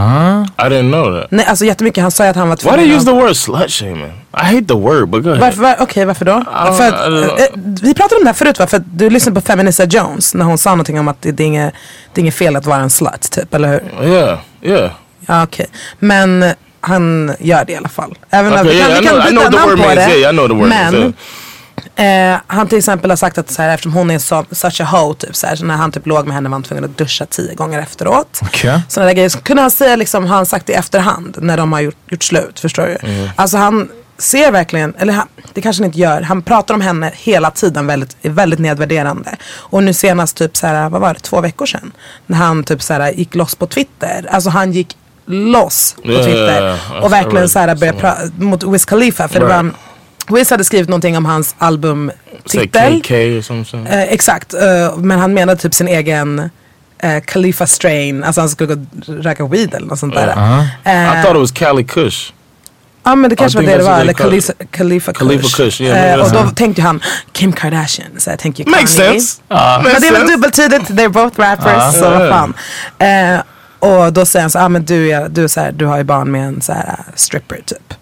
didn't know that.
Nej, alltså jättemycket. Han sa ju att han var
Why
tvungen.
they use
att-
the word slut shaming? I hate the word, but go ahead.
Varför, var, okej, varför då?
don't-
För
I don't
att,
know.
eh, vi pratade om det här förut va? För att du lyssnade på Feminista Jones när hon sa någonting om att det, det, är, inget, det är inget fel att vara en slut typ, eller
Mm.
hur?
Yeah, yeah.
Ja, okej. Men han gör det i alla fall. Även om
Okay,
vi kan,
yeah, I
vi kan
know, I know
byta
what the word means.
namn på det.
Yeah, yeah, I know the word
men
means.
eh, han till exempel har sagt att så här, eftersom hon är så, such a hoe typ, så, här, så när han typ låg med henne var han tvungen att duscha tio gånger efteråt.
Okej.
Sådana där grejer. Så kunde han säga liksom, har han sagt i efterhand när de har gjort, gjort slut. Förstår du?
Mm.
Alltså han ser verkligen, eller han, det kanske han inte gör, han pratar om henne hela tiden väldigt, är väldigt nedvärderande. Och nu senast typ så här, vad var det, två veckor sedan. När han typ så här gick loss på Twitter. Alltså han gick loss
Ja,
på
ja, ja,
Twitter.
ja.
Och verkligen
Alright.
så här började pra- mot Wiz Khalifa. För det
Right.
var, Wiz hade skrivit någonting om hans
Say
albumtitel.
KK or something.
Eh, exakt, eh, men han menade typ sin egen eh, Khalifa strain, alltså han skulle gå och röka weed eller något sånt där. Eh, Uh,
I thought it was Cali Kush.
Ja men det kanske
I
var
think
det det
that's
var,
what
eller
they call
Khalifa, Khalifa Kush.
Khalifa Kush, yeah,
Eh, och då
yeah.
tänkte han Kim Kardashian, så jag tänker Kanye. Uh,
Makes sense.
Men
Makes
det är väl
sense.
dubbeltydigt, they're both rappers, så vad fan. Eh, och då säger han så, ah, men du, är, du, är så här, du har ju barn med en så här, eh, stripper typ.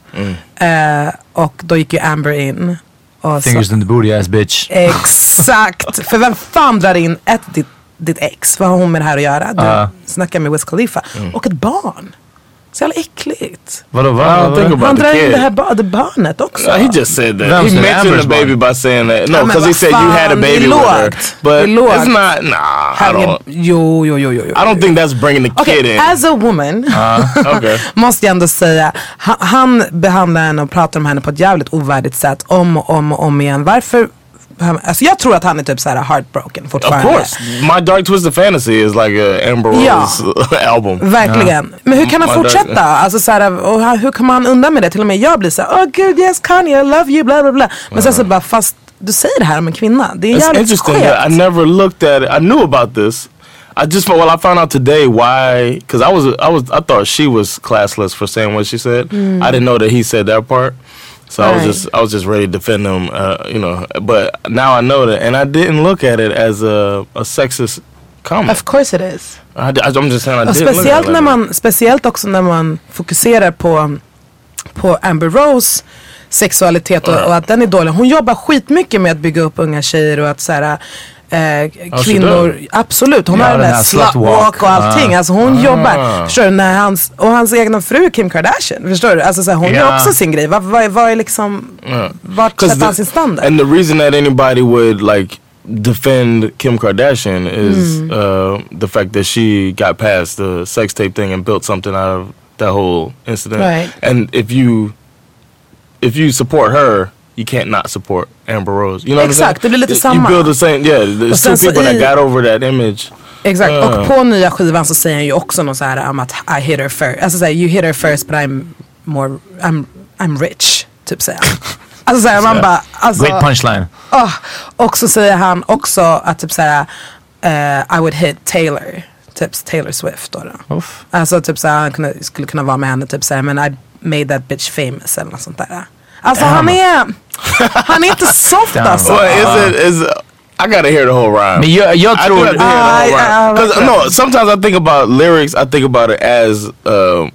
Eh, och då gick ju Amber in. Och så,
Fingers in the booty ass bitch.
Eh,
Exakt. För vem fan drar in ett, ditt, ditt ex? Vad har hon med det här att göra? Du
Ja.
snackar med Wiz Khalifa.
Mm.
Och ett barn. Så jävla äckligt.
Vadå? Vad,
I don't
vad,
think
vad,
about-
Han
the
drar in
kid.
det här ba- det barnet också.
No, he just said that.
Them
he
said
mentioned
Amber's
the baby
body.
by saying that. No,
I mean,
because he
but
said you had a
fine,
baby
he
with her.
looked.
But
He looked.
it's not. Nah, I
Herregud.
don't.
Jo, jo, jo, jo, jo.
I don't think that's bringing the
Okej,
kid in.
as a woman
okay.
måste jag ändå säga, han, han behandlar henne och pratar om henne på ett jävligt ovärdigt sätt om och om och om igen. Varför? Alltså jag tror att han är typ så här heartbroken
Of
fortfarande.
course, my dark twisted fantasy is like a Amber
Yeah.
Rose album.
Verkligen. Men hur kan han
Man dör.
fortsätta? Alltså, så här, och han- hur kommer han undan med det? Till och med jag blir så här, oh gud yes Kanye, I love you, bla bla bla. Men sen så bara, fast du säger det här om en kvinna. Det är
It's
jävligt
interesting that I
skevt.
never looked at it. I knew about this. I just well, I found out today why because I was I was I thought she was classless for saying what she said. I didn't know that he said that part, so I was
Mm. Right.
just I was just ready to defend him, uh, you know. But now I know that, and I didn't look at it as a a sexist comment.
Of course it is.
I, am just saying I
Och
didn't look at it.
speciellt,
like
när
that.
man, speciellt också när man fokuserar på, på Amber Rose sexualitet och, och att den är dålig. Hon jobbar skitmycket med att bygga upp unga tjejer och att så här, eh,
she
kvinnor, absolut hon
Ja,
har den där slutwalk och allting. Alltså hon jobbar, förstår du? När hans, och hans egna fru Kim Kardashian, förstår du? Alltså så här, hon
Ja.
gör också sin grej. Vad vad är- vad är liksom, vart
'Cause
sätter han
the-
sin standard?
And the reason that anybody would like defend Kim Kardashian is uh, the fact that she got past the sex tape thing and built something out of that whole incident.
Right.
And if you if you support her, you can't not support Amber Rose. You know
Exakt, det
what
blir
I'm
lite
saying?
samma.
You build the same, yeah. There's
sen
two
så
people
i-
that got over that image.
Exakt, och
Eh.
Ja.
på nya skivan så säger han ju också något så här om att I hit her first, alltså såhär you hit her first but I'm more, I'm, I'm rich, typ säger han. Alltså såhär man bara, alltså,
great punchline.
åh. och så säger han också att typ såhär eh, I would hit Taylor, typ Taylor Swift då. då.
Uff.
Alltså typ såhär han kunde, skulle kunna vara med henne typ såhär men I made that bitch famous eller något sånt där. Alltså han är, han är inte soft
Damn.
alltså.
Well, is it is? I gotta hear the whole rhyme.
Men jag, jag
I do
tror...
have to hear the
I- I- I
whole rhyme.
like
'Cause, no, sometimes I think about lyrics. I think about it as um,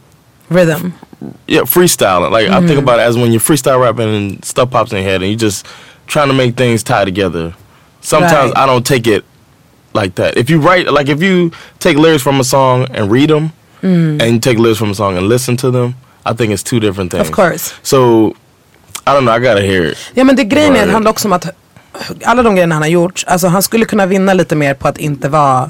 Rhythm.
yeah, freestyling. Like I
Mm-hmm.
think about it as when you're freestyle rapping and stuff pops in your head and you just trying to make things tie together. Sometimes
Right.
I don't take it like that. If you write, like if you take lyrics from a song and read them,
Mm.
and you take lyrics from a song and listen to them, I think it's two different things.
Of course.
So I don't know. I gotta hear it.
Ja men det grejen är,
Right.
det handlar också om att alla de grejerna han har gjort, alltså han skulle kunna vinna lite mer på att inte vara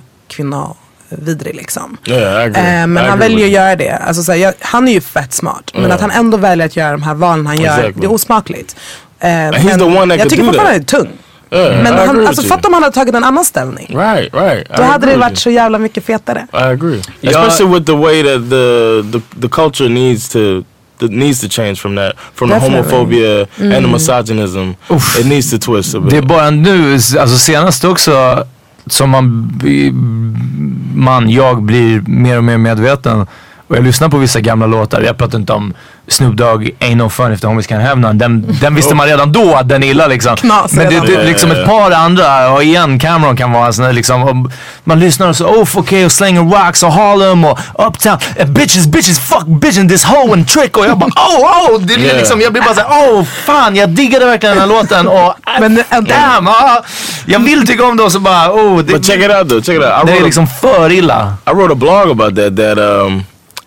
kvinnovidrig liksom.
Yeah, I agree.
Eh, men
I
han
agree
väljer att
with you.
göra det. Alltså, så här, jag, han är ju fett smart. Men
Ja.
att han ändå väljer att göra de här valen han gör,
Mm. Exactly.
det är osmakligt. Eh,
he's the one that
jag
could
tycker
do
fortfarande han är
that.
tung.
Yeah, I
Men
agree
han,
with
alltså,
you.
fatta om han hade tagit en annan ställning.
Right, right.
Då
I
hade
agree
det
with
varit
you.
så jävla mycket fetare.
I agree.
Yeah.
Especially with the way that the the, the culture needs to that needs to change from that from the
Definitely.
homophobia and the misogynism. It needs to twist a bit.
Det är bara nu, alltså senast också, som man, man, jag blir mer och mer medveten Och jag lyssnar på vissa gamla låtar. Jag pratar inte om Snoop Dogg, Ain't No Fun If The Homies Can Have None. Den, den visste man redan då att den är illa liksom.
Knas
Men det,
redan.
det, liksom ett par andra, och igen Cameron kan vara en sån där liksom. och Man lyssnar och så, oh okej och slänger rocks och Harlem och Uptown. Eh, bitches, bitches, fuck bitch and this hoe and trick. Och jag bara oh, oh. Det blir
Yeah.
liksom, jag blir bara såhär, oh fan jag diggade verkligen den här låten. Och
Men,
Men,
eh,
damn, ah, jag vill tycka om det och så bara oh. Det,
But check it out though. Check it out. I
det är
wrote,
liksom för illa.
a, I wrote a blog about that. That um,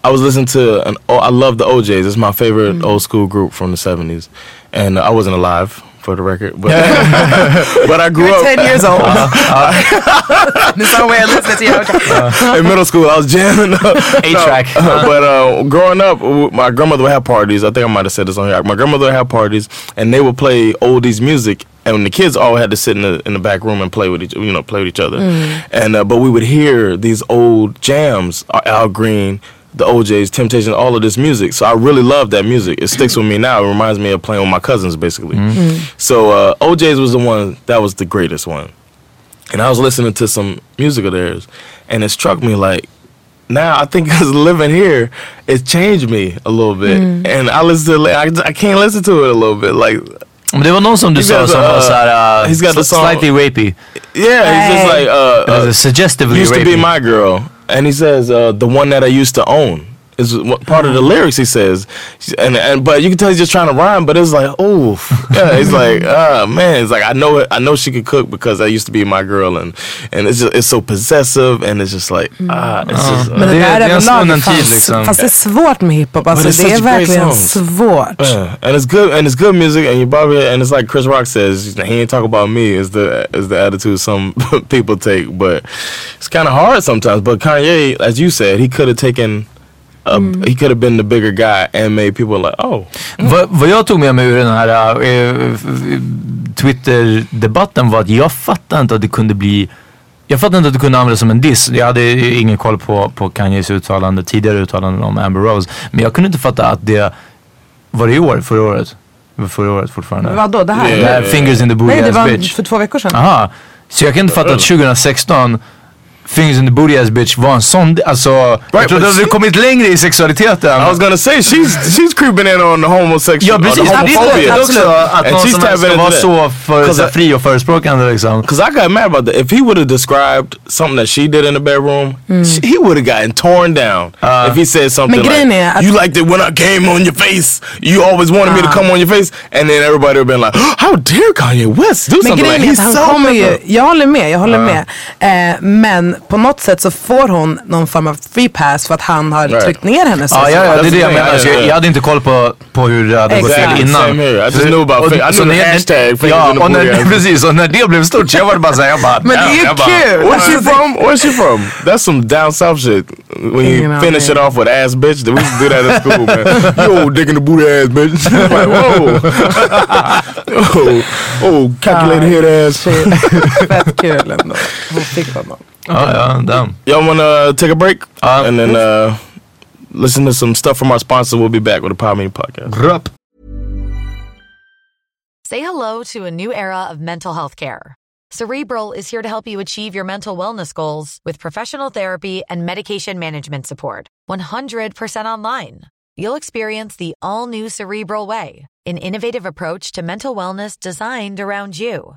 I was listening to. An, oh, I love the OJ's. It's my favorite old school group from the '70s, and I wasn't alive for the record. But, but I grew up.
10 years old. There's no way I listen to you.
in middle school, I was jamming.
A-track.
but uh, growing up, w- my grandmother would have parties. I think I might have said this on here. My grandmother would have parties, and they would play oldies music. And the kids all had to sit in the in the back room and play with each, you know, play with each other. And uh, but we would hear these old jams, uh, Al Green, the OJ's, Temptation, all of this music. So I really love that music. It sticks with me now. It reminds me of playing with my cousins, basically. So uh, OJ's was the one that was the greatest one and I was listening to some music of theirs, and it struck me like, now I think 'cause living here, it's changed me a little bit, and I listen to like, I, just- I can't listen to it a little bit like
Men det var någon som du
He's
sa
got the,
som var
uh,
såhär, uh,
he's got the
sli-
song-
slightly rapey.
yeah, it's just
Hey.
like uh,
It was a
uh
suggestively
used to
rapey.
be my girl, and he says uh, the one that I used to own is what part of the lyrics he says, and and but you can tell he's just trying to rhyme, but it's like oh yeah, he's like ah man, it's like I know it, I know she could cook because that used to be my girl, and and it's just it's so possessive, and it's just like ah it's just. uh,
Men det,
Det är-
där
det är en svunnen
överlag,
tid,
fast,
liksom.
fast det är svårt med hiphop. Alltså,
it's
det är
such great
verkligen
songs.
svårt.
Yeah, Uh, and it's good, and it's good music, and you probably, and it's like Chris Rock says, he ain't talk about me. Is the is the attitude some people take, but it's kind of hard sometimes. But Kanye, as you said, he could have taken, a, he could have been the bigger guy and made people like, oh,
Mm.
Vad, vad jag tog med mig ur den här eh, f- f- Twitter-debatten var att jag fattade inte att det kunde bli jag fattade inte att det kunde användas som en diss. Jag hade ju ingen koll på, på Kanyes uttalande, tidigare uttalanden om Amber Rose. Men jag kunde inte fatta att det var det i år, förra året? Det var Förra året fortfarande.
Vadå, det här?
Det här Fingers in the booty
Nej, det
ass
var
bitch.
för två veckor sedan.
Aha. Så jag kan inte fatta att 2016 Fingers in the booty ass bitch var en sån, alltså jag
but
trodde att vi
she-
kommit längre i sexualiteten.
I was gonna say she's she's creeping in on the homosexual,
Ja
or the
precis, det är
homophobia.
det också att
and
någon
she's
som helst
tapping
ska
into
vara
that.
så, för, så här fri och förespråkande liksom.
Cause I got mad about that. If he would have described something that she did in the bedroom, she, he would have gotten torn down. if he said something
Men grejen är
like,
att-
"You liked it when I came on your face. You always wanted me to come on your face," and then everybody would have been like, "How dare Kanye West do
Men
something like
grejen är att
he's
han
so
kommer ju,
liberal."
jag håller med, jag håller med. Eh, men på något sätt så får hon någon form av free pass för att han har
Right.
tryckt ner henne. så
Ja,
att
ja,
säga.
ja, det är det jag
That's the
menar.
thing,
Så Jag,
yeah.
jag hade inte koll på, på hur det hade gått
Exakt.
till innan.
Same here. I just
Så-
knew about
och-
Fing- I
så
knew the
när-
hashtag Fingers
Ja,
in the
och
Booty
när,
Ass.
precis. Och när det blev stort så jag var bara såhär, jag bara
Men det är ju
jag bara,
kul!
Where's she from? Where's she from? That's some down south shit. When you
You know,
finish
man.
it off with ass bitch, we used to do that in school, man. Yo, digging the booty ass bitch. like, whoa. oh, oh, calculated head ass.
Shit. Fett kul ändå. Hon fick honom.
Ja, ja, damn.
Y'all want to take a break?
Uh,
and then uh, listen to some stuff from our sponsor. We'll be back with the Power Meeting Podcast.
Grupp.
Say hello to a new era of mental health care. Cerebral is here to help you achieve your mental wellness goals with professional therapy and medication management support. 100% online. You'll experience the all new Cerebral Way, an innovative approach to mental wellness designed around you.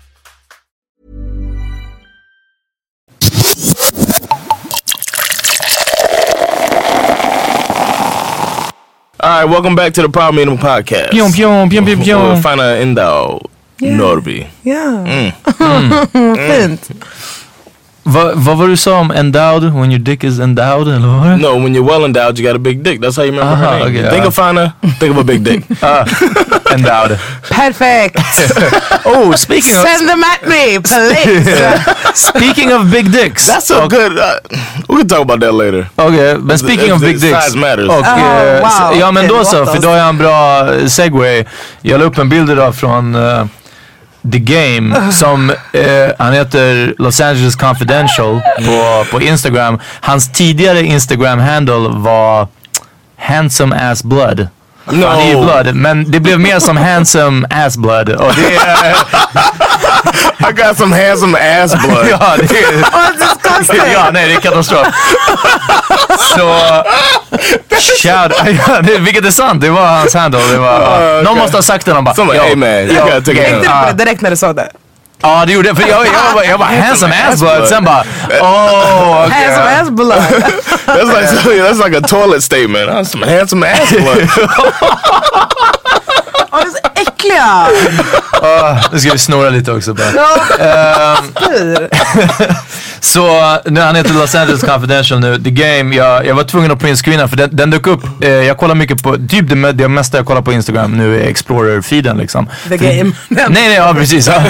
All right, welcome back to the Problem Eating Podcast.
Pjom, pjom, pjom, pjom,
We'll
pjom.
find an end out. Norby.
Ja,
Mm.
Mm. fint.
Va- Vad var du sa om endowed? When your dick is endowed? Eller vad var det?
No, when you're well endowed, you got a big dick. That's how you remember
Ah,
her name.
okay,
think
ah.
of Fana, think of a big dick. Uh-huh.
Endowed.
Perfekt.
Oh, speaking of,
Send them at me, please.
speaking of big dicks.
That's a good. Uh, we can talk about that later.
Okej, men speaking
the-
of
the
big dicks.
size matters.
Och,
Ah,
eh,
wow,
s- ja men
okej,
då så,
låt
för
oss.
då har jag en bra eh, segway. Jag la upp en bild idag från eh, The Game som, eh, han heter Los Angeles Confidential på, på Instagram. Hans tidigare Instagram handle var Handsome Ass Blood.
No.
Han är
Oh.
ju blood, men det blev mer som handsome ass blood. Och det är,
I got some handsome ass blood.
ja, det är, ja, nej det är katastrof. Så... Shout, ja, det, vilket är sant, det var hans handle. Det var,
okej.
Någon måste ha sagt det, han bara...
Somebody,
"Yo,
hey man, you gotta take it
Tänkte
out.
du på det direkt när du sa det?
Ja det gjorde jag, för jag, jag, bara, jag bara handsome ass blood. Sen bara, åh okej.
Ass of ass blood.
That's like that's like a toilet statement. I'm some handsome ass blood.
Åh, det är så äckliga.
Nu ska vi snora lite också bara. Ehm,
Spyr.
Så nu, han heter Los Angeles Confidential nu. The Game, jag, jag var tvungen att printscreena för den, den dök upp. Eh, jag kollar mycket på, typ det, me- det mesta jag kollar på Instagram nu är Explorer-feeden liksom. För-
The Game.
nej, nej, ja precis. Ja.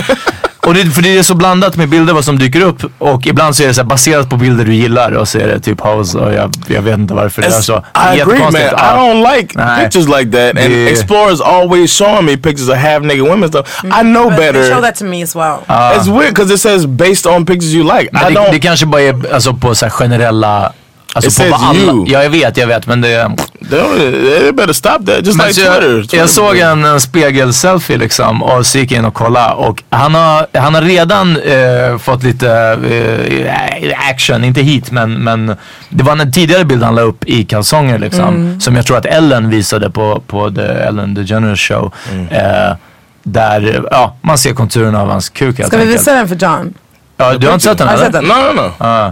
Och det, för det är så blandat med bilder vad som dyker upp och ibland så är det så här, baserat på bilder du gillar och så är det typ house och jag, jag vet inte varför det är så. Det är
I agree, man.
jättekonstigt.
I
Ja.
don't like
Nah.
pictures like that. And
Yeah.
explorers always showing me pictures of half naked women stuff. I know
Mm-hmm. They
better.
show that uh, to me as well.
It's weird because it says based on pictures you like. I
Men det, det
don't.
kanske bara är alltså, på så här, generella...
It
Alltså på
says
vad alla,
you.
ja jag vet, jag vet men det...
They, don't- they better stop that. Just
Men
like
så jag,
Twitter. Twitter
jag såg en, en spegelselfie liksom och så gick jag in och kollade och han har, han har redan eh, fått lite eh, action, inte hit men, men det var en tidigare bild han la upp i kalsonger liksom
Mm.
som jag tror att Ellen visade på, på the Ellen DeGeneres show.
Mm.
Eh, där eh, ja, man ser konturen av hans kuk helt
Ska vi
enkelt.
visa den för John?
Ja, du har inte sett den
Har du sett
eller?
den?
No, no, no.
uh.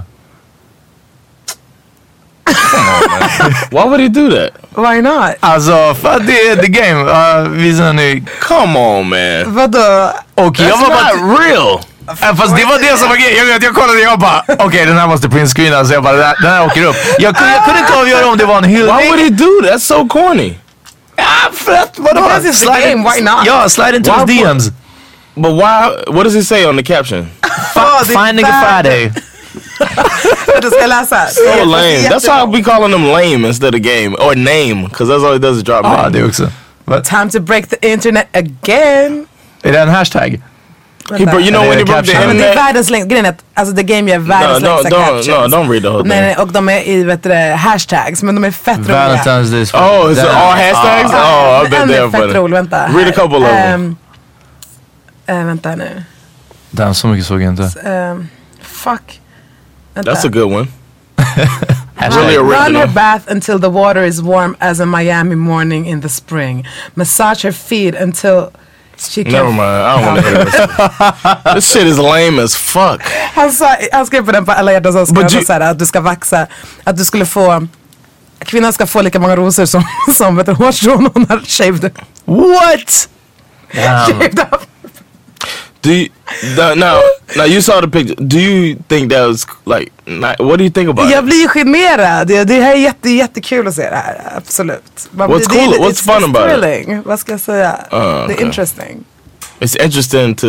Why would he do that?
Why not?
Alltså, för det är the game. Uh, visa den nu.
Come on, man.
Vadå?
Och jag
That's
var bara...
not real.
Ja, Äh, fast det var det som var grejen. Jag, vet, jag kollade jag bara okej den här måste printscreena så jag bara den här, den här åker upp. Jag, kunde- jag kunde inte avgöra om det var en
Why would
hyllning.
he do that? That's so corny.
Ja, för att vadå?
Because it's the game, why not?
Ja, slide into his
Why-
DMs.
But why? What does he say on the caption?
Åh, det är
Finding a
där.
Friday.
Du ska läsa.
So lame. That's why we calling him lame instead of game or name, because that's all he does is drop
Ja,
names.
det också. Va?
Time to break the internet again.
Är det en hashtag?
He bro, you know
Yeah,
when he broke the
caption.
Men det är
internet.
världens längst, grejen är att alltså the game gör
No,
världens
no,
längsta
don't, no,
captions.
don't read the whole
Nej,
thing.
nej, och de är i vet du, det, hashtags, men de är fett roliga.
Valentine's Day.
Oh, it's all hashtags. Oh, I bet
En
they're
är fett rolig,
funny.
vänta.
Read a couple of them.
Ehm, eh, vänta nu.
Den så mycket såg jag inte.
Ehm, fuck. Vänta.
That's a good one.
Hashtag.
Really
Run her
original.
bath until the water is warm as a Miami morning in the spring. Massage her feet until she can...
Never mind. I don't want to hear this. this shit is lame as fuck.
Han, sa, han skrev på den på alla hjärtans dag,
But you-
you... så här, att du ska vaxa, att du skulle få, kvinnan ska få lika många rosor som, som vet du, hårstrån hon har shaved,
What? Damn.
shaved up.
Do you, now, now, now you saw the picture. Do you think that was like, not, what do you think about
Jag
it?
blir ju generad, det, det här är jätte, jättekul att se det här, absolut. Man,
What's
det, det,
cool-
det-
what's
it's-
fun
it's
about it? Ah,
thrilling. Vad ska jag säga? Det
okay.
är interesting
It's interesting to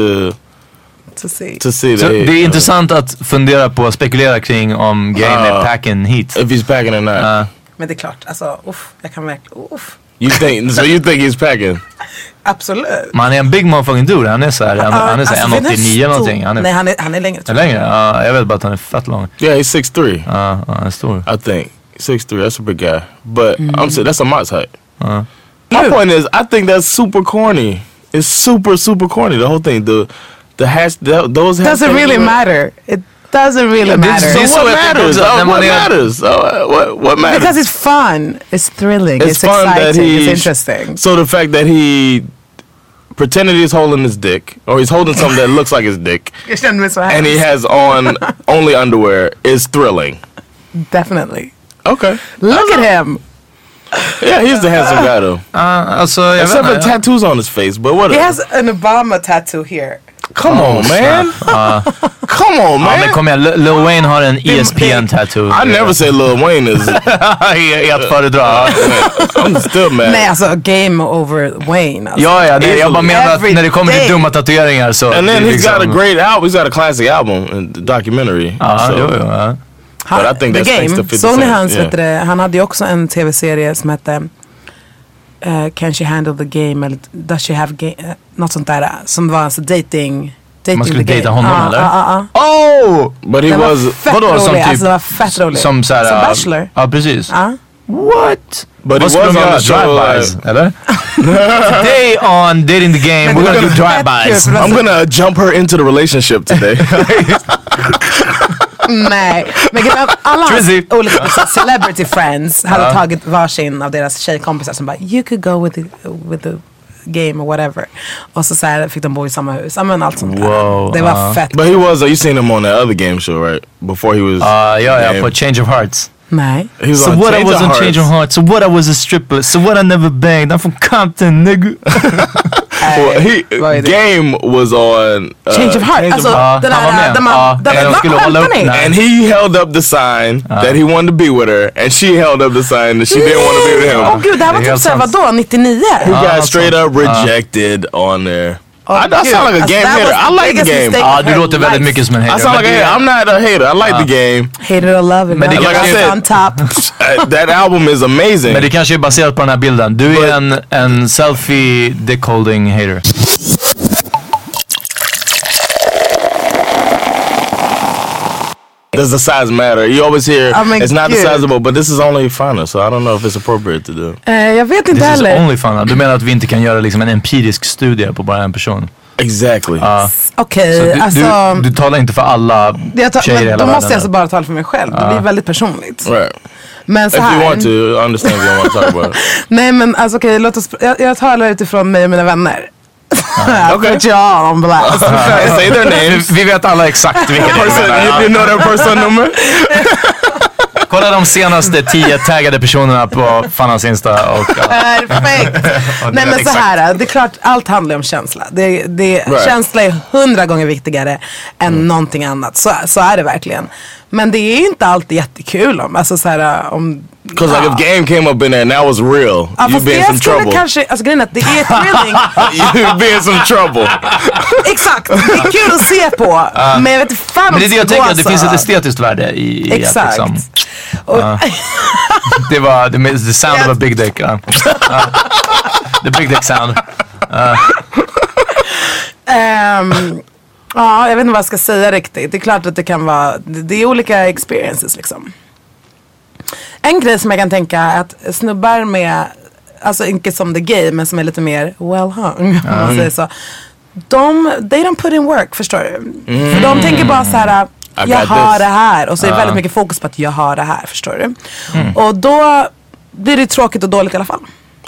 to see.
to see
Så
that.
det är
he-
intressant att fundera på, spekulera kring om game är
Ah.
packen hit.
if he's packing or not.
Men det är klart, alltså uff, jag kan verkligen, uff.
You think so? You think he's packing?
Absolut.
Men han är en big motherfucking dude. Han är såhär han, han är så här
Alltså, den är
1,89
stor.
någonting. Han är,
Nej, han är, han är längre. tror jag.
längre? Ja, jag vet bara att han är fett lång.
Yeah, he's six three.
Ja, ja, han är stor.
I think six three. That's a big guy. But
Mm-hmm.
I'm saying that's a mott's height. My point is, I think that's super corny. It's super super corny. The whole thing. The the hash. The, those
Doesn't
hashtags-
really matter. It doesn't really matter.
So
this-
what
what
matters?
they-
Uh,
them
what
on the-
matters? Uh, what what matters?
Because it's fun. It's thrilling. It's, exciting. it's interesting.
So the fact that he pretended he's holding his dick, or he's holding something that looks like his dick,
Jag känner mig så här.
and he has on only underwear is thrilling.
Definitely.
Okay.
Look at him.
Yeah, he's the handsome guy though.
Alltså, jag
Except for
vet
the
inte.
tattoos on his face, but whatever.
He has an Obama tattoo here.
Come on, man. Come on,
Ja, men
man.
kom igen. Lil Lil Wayne har en E ESPN-tattoo.
I never say Lil Wayne is.
Ert föredra.
I'm still mad.
Nej alltså game over Wayne. Alltså.
Ja, ja. Det, jag bara menar att när det kommer till
Everyday.
dumma tatueringar så...
And then
det är
he's got a
liksom-
great album. He's got a classic album and documentary.
Ja,
so-
jo, jo. Ja.
Han,
But I think that's
the
thanks to
game.
50
Såg ni
Cent,
hans,
yeah.
vet du det, han hade ju också en tv-serie som hette eh, Can she handle the game eller Does she have game? eh, något sånt där. eh, Som var alltså dating. dating
Man skulle
the game. Ah,
dejta honom,
Ja,
eller?
Ja, ja, ja.
Oh! But he
Den var
was.
fett
vadå,
rolig.
som typ-
alltså, den var fett rolig.
Som såhär...
Som
ja,
Bachelor.
Ja, precis.
Ja.
What? Vad
But he
skulle
was uh,
de
on
göra?
the show,
Drive-bys, eller? Today on Dating the Game, we're gonna do drive-bys.
Kul, för
I'm
alltså,
gonna jump her into the relationship today.
Nej. Men grejen är att alla hans
Drizzy.
olika så, celebrity friends hade tagit varsin av deras tjejkompisar som bara you could go with the, with the game or whatever. Och så, så här fick de bo i samma hus. Ja men allt sånt där.
Wow,
det var fett.
but he was. Uh, you seen him on that other game show, right? Before he was.
Ja, Ah, ja,
Yeah.
ja, på Change of Hearts.
Nej.
he was
Uh, So
on
what I
Change
was
of
on Change of
Hearts.
Hearts, so what I was a stripper, so what I never banged, I'm from Compton nigga.
Well, he,
Vad är det?
game was on uh,
Change of heart. alltså
Ja,
den
han var
där,
med.
där
Ja,
man, där
ja, de
man,
skulle
vad
hålla upp
skämtar ni?
den här.
and he held up the sign that he wanted to be with her, and she held up the sign that she didn't want to be with him.
Åh gud, det här var
Det är helt
typ såhär
sant.
vadå, 99?
He got
that's
straight up rejected on there. I, I sound like a
Alltså,
game
Oh, that
hater.
was the
I like the
biggest
game.
mistake.
I
Ja, du låter väldigt mycket som en hater.
sound like a
men det-
hater. I'm not a hater. I like the game.
Hate it or love it.
Men det
man.
kan
jag säga-
on top.
Uh, that album is amazing.
Men det kanske är baserat på den här bilden. Du är en, en selfie dick holding hater.
Does the size matter? You always hear
I mean,
it's not the
yeah.
size of but this is only final, so I don't know if it's appropriate to do.
Eh, jag vet inte
This is
heller.
only fun. Du menar att vi inte kan göra liksom en empirisk studie på bara en person?
Exactly.
Så
Okej,
du,
alltså.
du, du talar inte för alla
jag tar,
tjejer i
men,
hela
då måste
världen?
jag alltså bara tala för mig själv. Det blir väldigt personligt.
right.
Men så
If you
här.
want to, I understand if you don't want to talk about it.
Nej men alltså okej, låt oss. Jag, jag talar utifrån mig och mina vänner.
Ah,
Okay.
Put you all on blast.
Say their name.
Vi- Vi vet alla exakt vilka det
Person,
är.
you, you know their personal number?
Kolla de senaste tio taggade personerna på Fannas Insta och ja.
Perfekt.
Ja,
Nej men så
exakt.
här, det är klart allt handlar om känsla. Det, det,
Right.
Känsla är hundra gånger viktigare än
Mm.
någonting annat. Så, så är det verkligen. Men det är ju inte alltid jättekul om, alltså så här, om
Because like if game came up in there and that was real,
Ja,
you'd
fast
be in
det
some
skulle
trouble.
kanske, alltså grejen är att det är thrilling.
you'd be in some trouble.
Exakt, det är kul att se på. Men jag vet inte fan om
Ah. Men det är det jag
ska
tänker,
gå,
att det finns
alltså.
ett estetiskt värde i, i att
Exakt.
liksom,
Och,
Det var the, the sound of a big dick. ja. Ja. the big dick sound.
ehm, ja, jag vet inte vad jag ska säga riktigt. Det är klart att det kan vara, det det är olika experiences liksom. En grej som jag kan tänka är att snubbar med, alltså inte som the gay, men som är lite mer well hung, om man säger så. De, they don't put in work, förstår du? För de tänker bara så här,
Mm. got
jag har
this."
det här. Och så är det väldigt mycket fokus på att jag har det här, förstår du?
Mm.
Och då blir det tråkigt och dåligt i alla fall.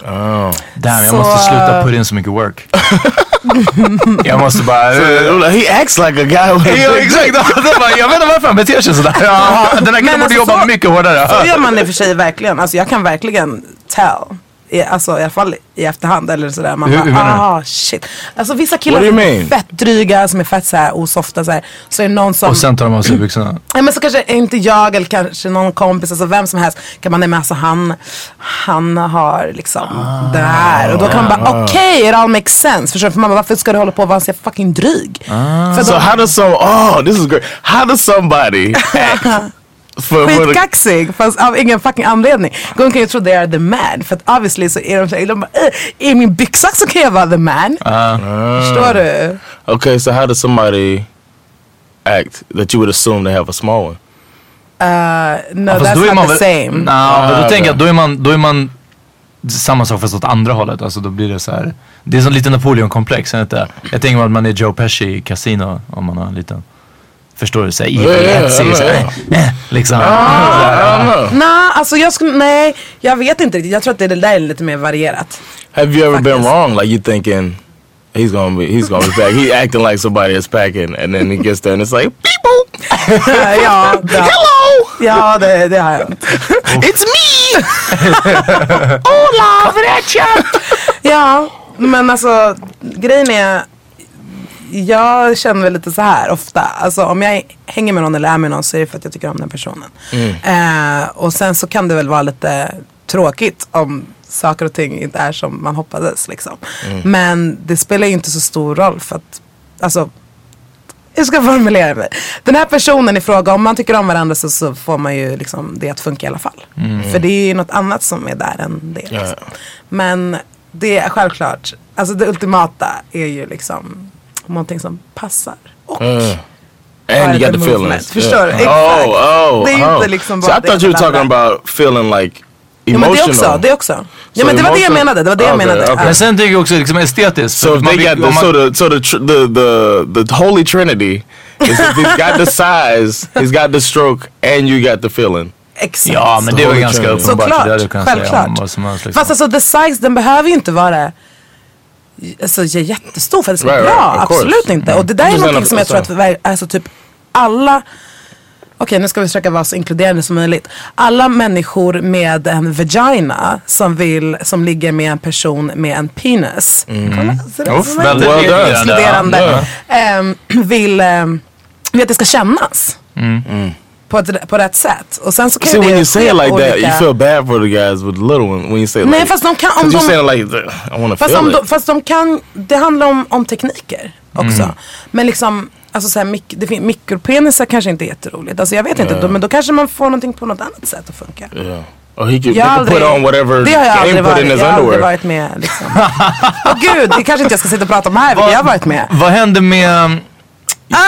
Damn, jag
Så,
måste sluta put in så mycket work. jag måste bara...
he acts like a guy with a
Ja,
big
exakt. Det bara, jag vet inte varför han beter sig sådär. Ja, Den här killen
Men
borde
alltså,
jobba
så-
mycket hårdare.
Så gör man det för sig verkligen. Alltså jag kan verkligen tell. I, alltså i alla fall i efterhand eller sådär. Man
Hur- hur
bara,
menar du?
ah shit. Alltså vissa killar
What do
som
you
är
mean?
fett dryga, som är fett såhär osofta såhär. Så är det någon som,
Och sen tar de av sig byxorna.
nej men så kanske inte jag eller kanske någon kompis, alltså vem som helst. Kan man, nej men alltså han, han har liksom det här. Och då kan man bara,
Ah.
okej it all makes sense. Förstår du? För man bara, varför ska du hålla på och vara så fucking dryg? För
So
Ah.
då-
how does some? Oh, this is great. How does somebody act För, för,
Skitkaxig fast av ingen fucking anledning. Går omkring och tror they are the man. För att obviously så är de såhär, de bara, "Eh, i min byxa så kan jag vara the man.
Ah.
Förstår du?
okay, so how does somebody act that you would assume they have a small one?
No
Fast
that's not the same.
Nja, men
Ah,
då tänker
okej.
jag att då är man, då är man samma sak fast åt andra hållet. Alltså då blir det så här. Det är som lite Napoleon-komplex, är det inte? Jag tänker mig att man är Joe Pesci i Casino om man har en liten. Förstår du? Såhär evil
ja,
Etsy,
ja,
såhär, eh, liksom.
Nej, alltså jag skulle, nej, jag vet inte riktigt. Jag tror att det där är lite mer varierat.
Have you ever been
Faktiskt.
wrong? Like you thinking he's gonna be he's gonna be back. He acting like somebody is packing, and then he gets there and it's like beep boop,
Eh, ja, ja,
hello, Oh.
ja, det, det har jag.
it's me.
Ja, men alltså grejen är jag känner väl lite så här ofta. Alltså om jag hänger med någon eller är med någon så är det för att jag tycker om den personen.
Mm.
Eh, och sen så kan det väl vara lite tråkigt om saker och ting inte är som man hoppades liksom.
Mm.
Men det spelar ju inte så stor roll för att, alltså hur ska jag formulera mig? Den här personen i fråga, om man tycker om varandra så, så får man ju liksom det att funka i alla fall.
Mm.
För det är ju något annat som är där än det. Liksom. Men det är självklart, alltså det ultimata är ju liksom någonting som passar. Och
Eh,
And
Right,
you got
the
the
movement.
feelings.
Förstår du? Exakt.
Oh, oh,
Det är ju
oh.
inte liksom
so
bara
I
det
thought you were
enda.
talking about feeling like
ja, men det
emotional.
också, det också. Ja
So
men det var det jag
emotional-
menade, det var det jag
Okay,
menade.
okay.
Ah, Men sen tycker jag också liksom estetiskt.
So if
man
they
vill-
got the
om man-
so the so the tr the the the holy trinity is if he's got the size, he's got the stroke, and you got the feeling.
Exakt.
Ja, men det var ju ganska
Såklart.
uppenbart. Det hade du
Såklart,
kunnat säga om
självklart.
vad som helst, liksom.
Fast alltså the size, den behöver ju inte vara alltså, j- jättestor för att det ska vara
Right,
bra.
right, of course.
Absolut inte. Och det där är
Mm.
Just
någonting
en-
som jag tror att ver- alltså, typ alla Okej nu ska vi försöka vara så inkluderande som möjligt. Alla människor med en vagina som vill, som ligger med en person med en penis. Kolla, så det är
Mm. Uff,
så
väldigt
väldigt
inkluderande.
inkluderande.
Ja.
Ehm, vill, ehm, vill att det ska kännas. På, ett, på rätt sätt. Och sen så kan
Mm. See, when
ju det
you say
ske
it like
på
that, you
olika-
feel bad for the guys with little ones when you say it
Nej,
like,
fast de kan- om
'Cause you
de-
saying like "Ugh, I want to
Fast,
feel
om
it.
de, fast de kan, det handlar om, om tekniker också.
Mm.
Men liksom, alltså så här, mik, det fin, mikropenisar kanske inte är jätteroligt. Alltså jag vet inte, då, men då kanske man får någonting på något annat sätt att funka.
yeah. Or he could,
Jag har
he could put on whatever
det har jag
game
aldrig
put in
varit,
his
jag har aldrig
underwear.
varit med liksom. Åh gud, det kanske inte jag ska sitta och prata om här, vilket jag har varit med.
Vad hände med...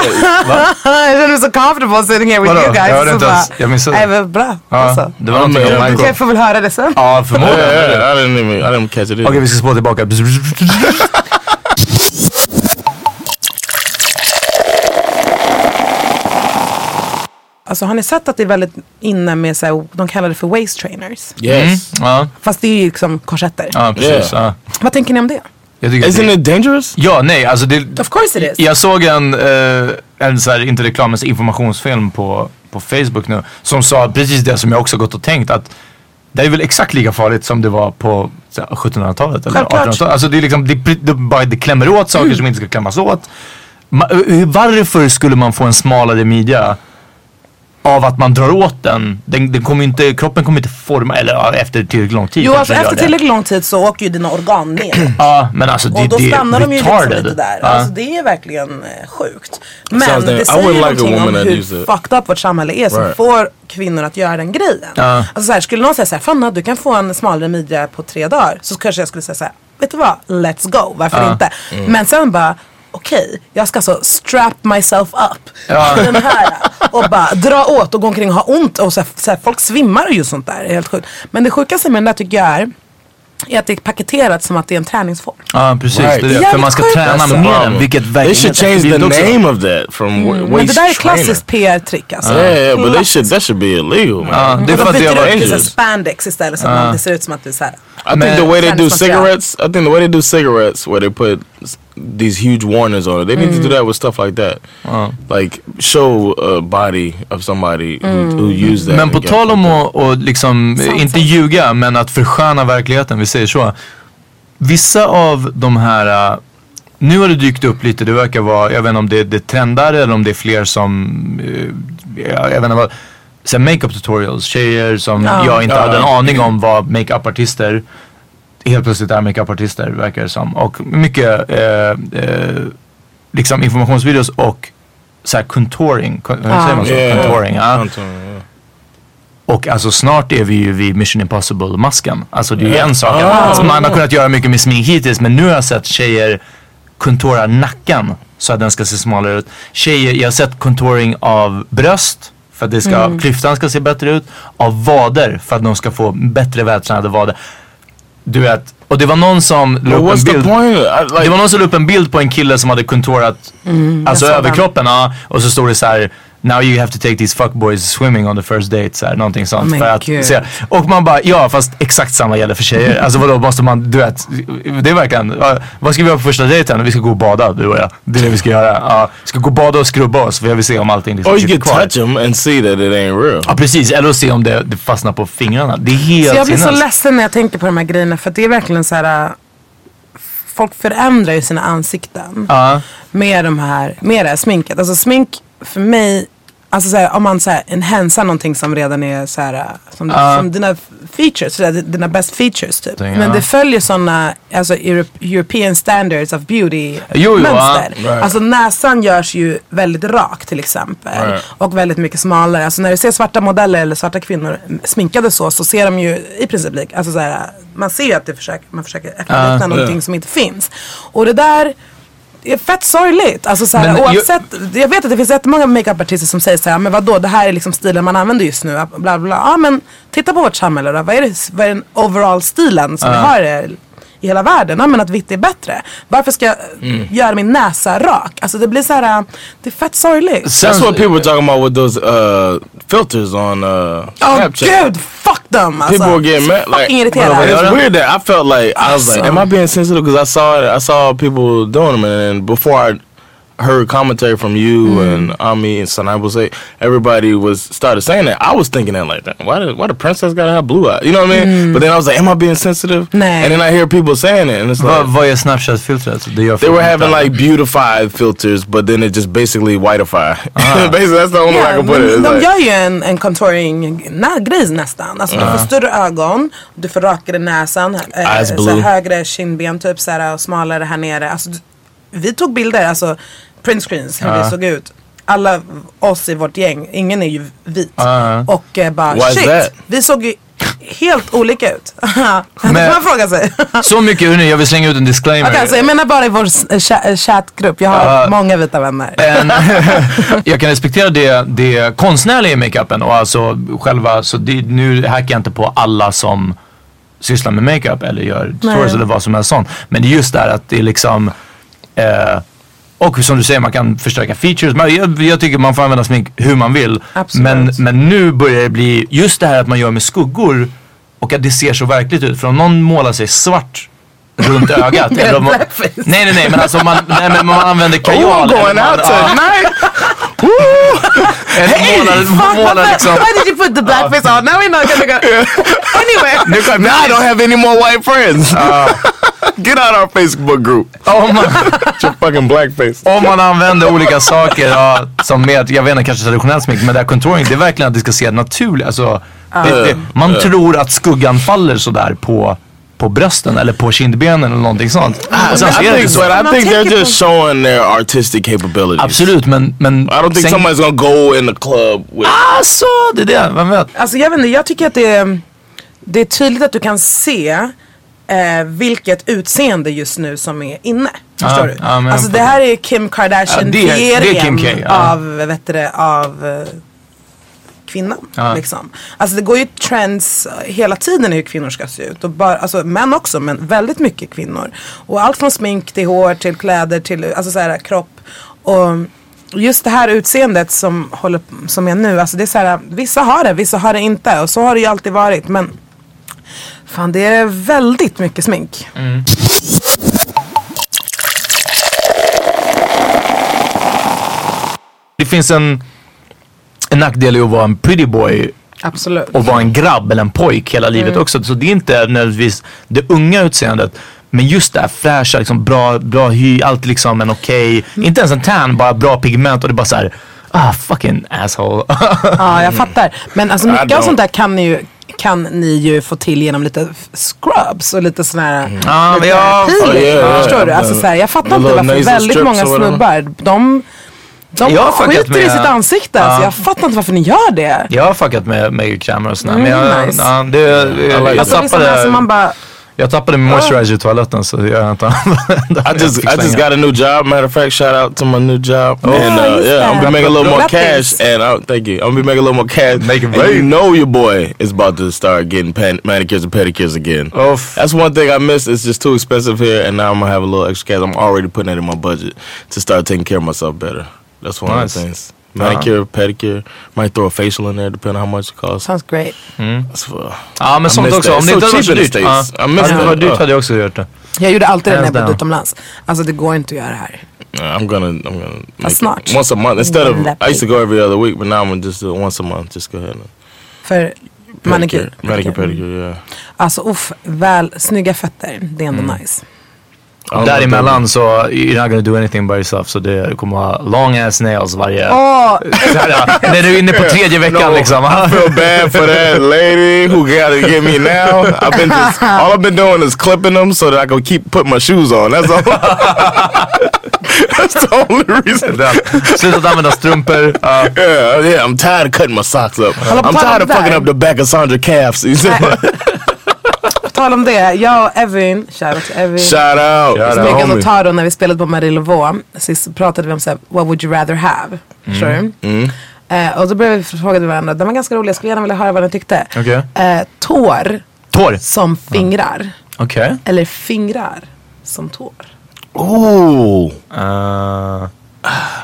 jag känner mig så comfortable sitting here with
Vadå?
you guys.
Jag hörde
så
inte ens.
bara,
Jag missade.
Nej men bra,
Ja,
alltså.
det var någonting
Ja,
om
men-
Michael.
Jag får väl höra det sen.
Ja, förmodligen.
Yeah, yeah, I didn't even I didn't catch it.
Okej,
either.
vi ska spå tillbaka.
Alltså har ni sett att det är väldigt inne med så här, de kallar det för waist trainers.
Yes.
Ja,
Fast det är ju liksom korsetter.
ja precis.
Yeah.
Ja.
Vad tänker ni om det?
Jag tycker att
Isn't
det...
it dangerous?
Ja, nej, alltså det...
Of course it is.
Jag såg en, eh, en så här, inte reklam, men så informationsfilm på, på Facebook nu. Som sa precis det som jag också gått och tänkt. Att det är väl exakt lika farligt som det var på så här, 1700-talet eller
Självklart. Mm.
1800-talet. Alltså det är liksom, det, det, bara, det klämmer åt saker som inte ska klämmas åt. Ma, hur- varför skulle man få en smalare midja av att man drar åt den? den, den kommer ju inte, kroppen kommer inte forma, eller ja, efter tillräckligt lång tid.
Jo
kanske
alltså
den gör
efter
det.
tillräckligt lång tid så åker ju dina organ ner.
Ja, men alltså det,
Och då
det är
stannar de ju liksom
retarded.
lite där.
Ja.
Alltså det är verkligen eh, sjukt. Men
Sounds
det
damn- Alltså, I
säger
wouldn't like a
ju någonting om
woman that
hur
used it.
fucked up vårt samhälle är som
Right.
får kvinnor att göra den grejen. Alltså så här, skulle någon säga så här, Fanna du kan få en smalare midja på tre dagar. Så kanske jag skulle säga så här, vet du vad, let's go, varför inte?
Mm.
Men sen bara Okej, jag ska alltså strap myself up i den här och bara dra åt och gå omkring och ha ont och så här, så här, folk svimmar och just sånt där. Det är helt sjukt. Men det sjukaste med den där tycker jag är, är att det är paketerat som att det är en träningsform.
Ja precis,
Right.
det är det.
Jävligt
För man ska
sjukt.
träna
That's the
med den
problem.
vilket
Um, They
verkligen
should change the
förbjudet också.
name of that from wa-
Men det
waist
där är ett
trainer.
klassiskt PR-trick alltså.
Yeah, yeah, but they
Klassiskt.
should that should be illegal,
Ja,
man.
det är för
De
att jag var
byter upp till så här
injured.
spandex istället så att man- det ser ut som att det är såhär.
I think the way they do
Tennis material.
cigarettes, I think the way they do cigarettes, where they put s- these huge warnings on it, they need to do that with stuff like that. Like show a body of somebody who, who used that.
Men
and
på
got
tal om
fucked up.
att och liksom, eh, inte ljuga men att försköna verkligheten, vi säger så. Vissa av de här, eh, nu har det dykt upp lite, det verkar vara, jag vet inte om det, det trendar eller om det är fler som, eh, jag jag vet inte vad, så här makeup tutorials, tjejer som jag inte hade en aning om var makeup-artister. Helt plötsligt är makeup-artister verkar det som. Och mycket eh, eh, liksom informationsvideos och så här contouring, Kon- hur säger man så?
Yeah, yeah.
Contouring, ja.
Contouring, yeah.
Och alltså snart är vi ju vid Mission Impossible-masken. Alltså det är ju en sak. att- Alltså, man har kunnat göra mycket med smink hittills men nu har jag sett tjejer kontora nacken så att den ska se smalare ut. Tjejer, jag har sett contouring av bröst för att det ska, klyftan ska se bättre ut. Av vader för att de ska få bättre vältränade vader. Du vet, och det var någon som la
But
upp en
what's the
bild.
point? I,
Det
like,
var någon som la upp en bild på en kille som hade kontorat alltså
Mm, jag såg
överkroppen ja, och så stod det så här Now you have to take these fuckboys swimming on the first date. Så här, någonting sånt.
men
för att,
gud.
se. Och man bara, ja fast exakt samma gäller för tjejer. Alltså vadå måste man, du vet. Det är verkligen, ja, vad ska vi göra på första dejten? Vi ska gå och bada du och jag. Det är det vi ska göra. Ja, vi ska gå och bada och skrubba oss för jag vill se om allting liksom
or you
sitter
could touch them and see that it ain't real.
Ja precis, eller att se om det, det fastnar på fingrarna. Det är helt
Så jag blir så
sinnes.
ledsen när jag tänker på de här grejerna för att det är verkligen så här. äh, Folk förändrar ju sina ansikten
Ja,
med, de här, med det här sminket. Alltså smink för mig, alltså så här, om man så här enhancear någonting som redan är så här, äh, som, som dina features, så där, dina best features typ.
Ting,
Men
ja.
det följer sådana alltså, Europe, European standards of beauty
Jo, jo,
mönster.
ja, right.
Alltså näsan görs ju väldigt rak till exempel.
Right.
Och väldigt mycket smalare. Alltså när du ser svarta modeller eller svarta kvinnor sminkade så, så ser de ju i princip lik. Alltså så här, man ser ju att det försöker, man försöker efterlikna någonting som inte finns. Och det där är fett sorgligt. Alltså så här,
Men jag-
oavsett, jag... vet att det finns jättemånga makeupartister som säger så här, men vadå, det här är liksom stilen man använder just nu. Bla bla bla. Ja men titta på vårt samhälle då. Vad är, det, vad är den overall stilen som vi har i- i hela världen? Ja men att vitt är bättre. Varför ska jag göra min näsa rak? Alltså det blir så här, det är fett sorgligt.
That's what people are talking about with those uh, filters on uh,
Åh
Snapchat.
gud, fuck dem alltså.
People were getting mad. Like,
fucking irriterad.
it's weird that I felt like I was like,
Awesome.
am I being sensitive? Because I saw it. I saw people doing them, and then before I heard commentary from you and Ami and Sanai will say, everybody was started saying that. I was thinking that like, that. why did why the princess gotta have blue eyes? You know what I mean? But then I was like, am I being sensitive?
Nah.
And then I hear people saying it, and it's
vad,
like.
vad är Snapchat-filtret? Det gör
They were
folk
having
inte.
like beautified filters, but then it just basically whitified. basically, that's the only way I
Ja,
can put it.
men
It's
de
like-
gör ju en, en contouring nä, grej nästan. Alltså du får större ögon, du får rakare näsan, eh,
Eyes
så
blue.
högre kindben typ så här, och smalare här nere. Alltså, du- vi tog bilder, alltså printscreens hur vi såg ut. Alla oss i vårt gäng, ingen är ju vit. Och eh, bara
Why is that?
shit, vi såg ju helt olika ut. det kan
Men-
man fråga sig.
Så mycket, hörni, jag vill slänga ut en disclaimer.
Okej, alltså, jag menar bara i vår s- eh, cha- eh, chattgrupp, jag har
Ja.
många vita vänner.
En, jag kan respektera det, det konstnärliga i makeupen och alltså själva, så det, nu hackar jag inte på alla som sysslar med makeup eller gör tutorials eller vad som helst sånt. Men det är just det här att det är liksom, eh, och som du säger man kan förstärka features. Men jag, jag tycker man får använda smink hur man vill.
Absolut.
Men, men nu börjar det bli, just det här att man gör med skuggor och att det ser så verkligt ut. För om någon målar sig svart runt ögat. eller om man, nej nej nej men alltså om man, nej, men man använder kajal.
Ooh,
eller
going
man-
out
ja.
tonight.
Eller målar, målar liksom.
Why did you put the blackface on? Now we're not gonna go anywhere.
now I Uh. don't have any more white friends. Get out our Facebook group.
Om man,
It's your fucking blackface.
om man använder olika saker ja, som med, jag vet inte kanske traditionellt smink, men det här contouring det är verkligen att det ska se naturligt. Alltså, det, det,
Mm.
man tror att skuggan faller sådär på, på brösten eller på kindbenen eller någonting sånt.
Ah,
Och sen så är det inte
I think,
så.
but I
I'm
think they're
taking
just showing their artistic capabilities.
Absolut men, men
I don't think
sen-
somebody's gonna go in the club with.
Alltså det är det, vem vet?
Alltså jag vet inte, jag tycker att det är, det är tydligt att du kan se eh, vilket utseende just nu som är inne. Förstår
Ja,
du?
ja, men jag
alltså det
fattar.
här är Kim
Ja, det är- det är Kim
Kardashian-regeringen
K, ja.
av, vet du det, av eh, kvinnan. Liksom. Alltså det går ju trends eh, hela tiden i hur kvinnor ska se ut. Och bara, alltså män också men väldigt mycket kvinnor. Och allt från smink till hår till kläder till alltså så här, kropp. Och just det här utseendet som, håller, som är nu. Alltså det är så här, vissa har det, vissa har det inte. Och så har det ju alltid varit. Men fan det är väldigt mycket smink.
Mm. Det finns en, en nackdel i att vara en pretty boy
Absolut.
och vara en grabb eller en pojk
Mm.
hela livet också. Så det är inte nödvändigtvis det unga utseendet. Men just det här fräscha, liksom bra, bra hy, allt liksom en okej,
Mm.
inte ens en tan, bara bra pigment och det är bara så här, ah fucking asshole.
Ja, jag fattar. Men alltså
I
mycket av
don't.
sånt där kan ni ju kan ni ju få till genom lite f- scrubs och lite sån här
Ja, men
lite
ja,
peeling,
ja, ja,
förstår
ja,
du?
ja.
Alltså, så här, jag fattar
Little
inte varför
nasal
väldigt
strips
många
och whatever.
snubbar, de De
Jag har fuckat
skiter i
med-
sitt ansikte. Så jag fattar inte varför ni gör det.
Jag har fuckat med makeup-kameror och sådär.
Mm,
men jag,
nice.
ja, det, jag,
Alltså, det är sådana här
tappade,
som man bara, Ah.
jag tappade min moisturizer i toaletten så jag har inte använt den.
I just
fick
I just
slänga.
got a new job. Matter of fact, shout out to my new job. and
yeah,
uh,
you
yeah, I'm
said.
gonna make a little more
Congratulations.
cash. And I, thank you. I'm gonna be making a little more cash.
Make it
and
rain.
You know your boy is about to start getting pan- manicures and pedicures again.
Oof.
That's one thing I missed. It's just too expensive here, and now I'm gonna have a little extra cash. I'm already putting that in my budget to start taking care of myself better. That's
Nice.
one
Uh-huh.
of the things. Manicure, pedicure. Might throw a facial in there, depending on how much it costs.
sounds great.
That's for-
Ja men
I
sånt
missed
också.
that.
Om det
So
inte hade varit så
cheap in
dyrt.
the
Ja.
States. I
Hade
missed
det inte
that.
varit dyrt
Ja.
hade jag också gjort det.
Jag gjorde alltid det när jag
Hands
bodde
down.
utomlands. Alltså det går inte att göra det här.
I'm gonna, I'm gonna make it
snatch.
once a month instead of.
Left
I used to
leg.
go every other week, but now I'm gonna just do it once a month. Just go ahead. And
För manikyr.
manicure, pedicure. Yeah.
Alltså uff, väl, snygga fötter. Det är ändå
Mm.
nice.
I don't know
Däremellan
if
så you're not gonna do anything by yourself. Så det kommer ha long ass nails varje...
Åh,
Så här, ja. När du är inne på tredje veckan
No.
liksom.
I feel bad for that lady who got to get me now. I've been just, all I've been doing is clipping them so that I can keep putting my shoes on. That's all. That's the only reason.
Den. Sluta att använda strumpor.
uh,
Ja.
Yeah, yeah, I'm tired of cutting my socks up.
I'll
I'm
put
tired
them
of fucking
back.
up the back of Sandra calves. You see?
på tal om det. Jag och Evin, shoutout till Evin.
Shout out.
Shout
It's my
Megan
homie.
och Taro när vi spelade på Marie Laveau sist så pratade vi om såhär, what would you rather
Mm.
have? Förstår du? Eh, och då började vi fråga till varandra, den var ganska rolig, jag skulle gärna vilja höra vad ni tyckte.
Okej.
Eh, tår
Tår.
som fingrar,
Okej.
eller fingrar som tår.
Ooh.
Eh,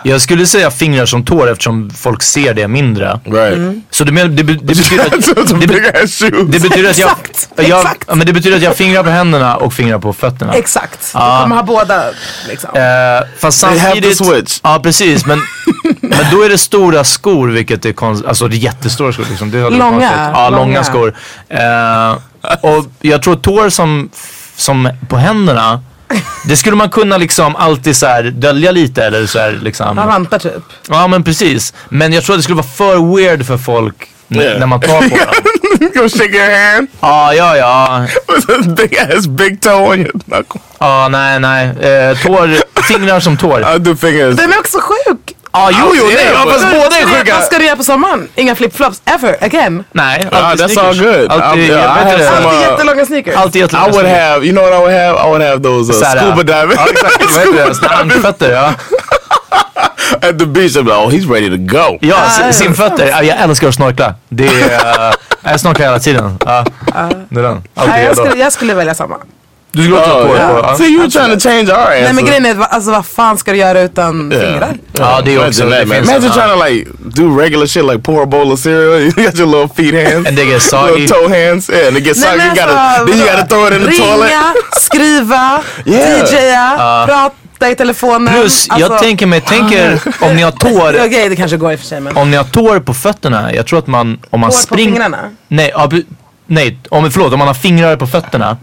jag skulle säga fingrar som tår eftersom folk ser det mindre.
Right.
Så det, men- det, be- det betyder att...
Some
Det,
big
be,
ass shoes.
det betyder att jag...
Exakt,
jag
exakt.
ja, Men det betyder att jag fingrar på händerna och fingrar på fötterna.
Exakt,
Ah.
du kommer ha båda liksom.
Eh, fast
They have to
samtidigt...
switch.
Ja, precis. Men, men då är det stora skor, vilket är konstigt. Alltså det är jättestora skor. Liksom. Det är
Långa,
Konstigt. Ja, långa,
långa.
skor. Eh, och jag tror tår som, som på händerna, det skulle man kunna liksom alltid så här dölja lite eller så här
Man
liksom.
vantar typ.
Ja, men precis. Men jag tror att det skulle vara för weird för folk n-
Yeah.
när man tar på dem.
you gonna shake your hand
Ja, ja, ja.
with a big ass big toe on your knuckle.
Ja, nej, nej. Eh, tår, fingrar som tår.
I do fingers.
Den är också sjuk!
Ja, jo, jo, nej. Ja, fast båda är sjuka. Eh,
Vad ska du göra på sommaren? Inga flipflops, ever, again.
Nej,
Ah,
alltid
that's all
sneakers.
good.
Alltid,
I'm- yeah, I
jag vet
have
inte.
some,
Alltid
uh,
jättelånga sneakers.
alltid jättelånga
I would
sneakers.
have, you know what I would have? I would have those uh,
Så här,
scuba diving
Ja, exakt. Vad heter det? Strandfötter, ja.
at the beach. I'm like, oh, he's ready to go.
Ja, s- simfötter. Ja, jag älskar att snorkla. Det är... eh, jag snorklar hela tiden. Ja, det är den. Alltid
Nej, jag,
redo.
skulle, jag skulle välja samma.
Du skulle också ha på dig på. ja.
So Oh, you were trying to change our answer.
Nej men grejen är, vad- alltså vad fan ska du göra utan fingrar?
Ja, det är också...
Imagine
det
that, man.
finns en,
Imagine
ja.
trying to like do regular shit like pour a bowl of cereal. You got your little feet hands,
And they get soggy.
little toe hands, yeah, and they get
Nej, alltså,
soggy. You
uh,
gotta, then you gotta throw it in the
ringa,
toilet.
skriva,
Yeah.
DJa, prata i telefonen.
Plus, jag
Alltså,
tänker mig, tänker om ni har tår...
Okej, det kanske går i och för sig men.
Om ni har tår på fötterna, jag tror att man... Om man
Tår på
spring-
fingrarna?
Nej, ja, bu- nej om, förlåt. Om man har fingrar på fötterna,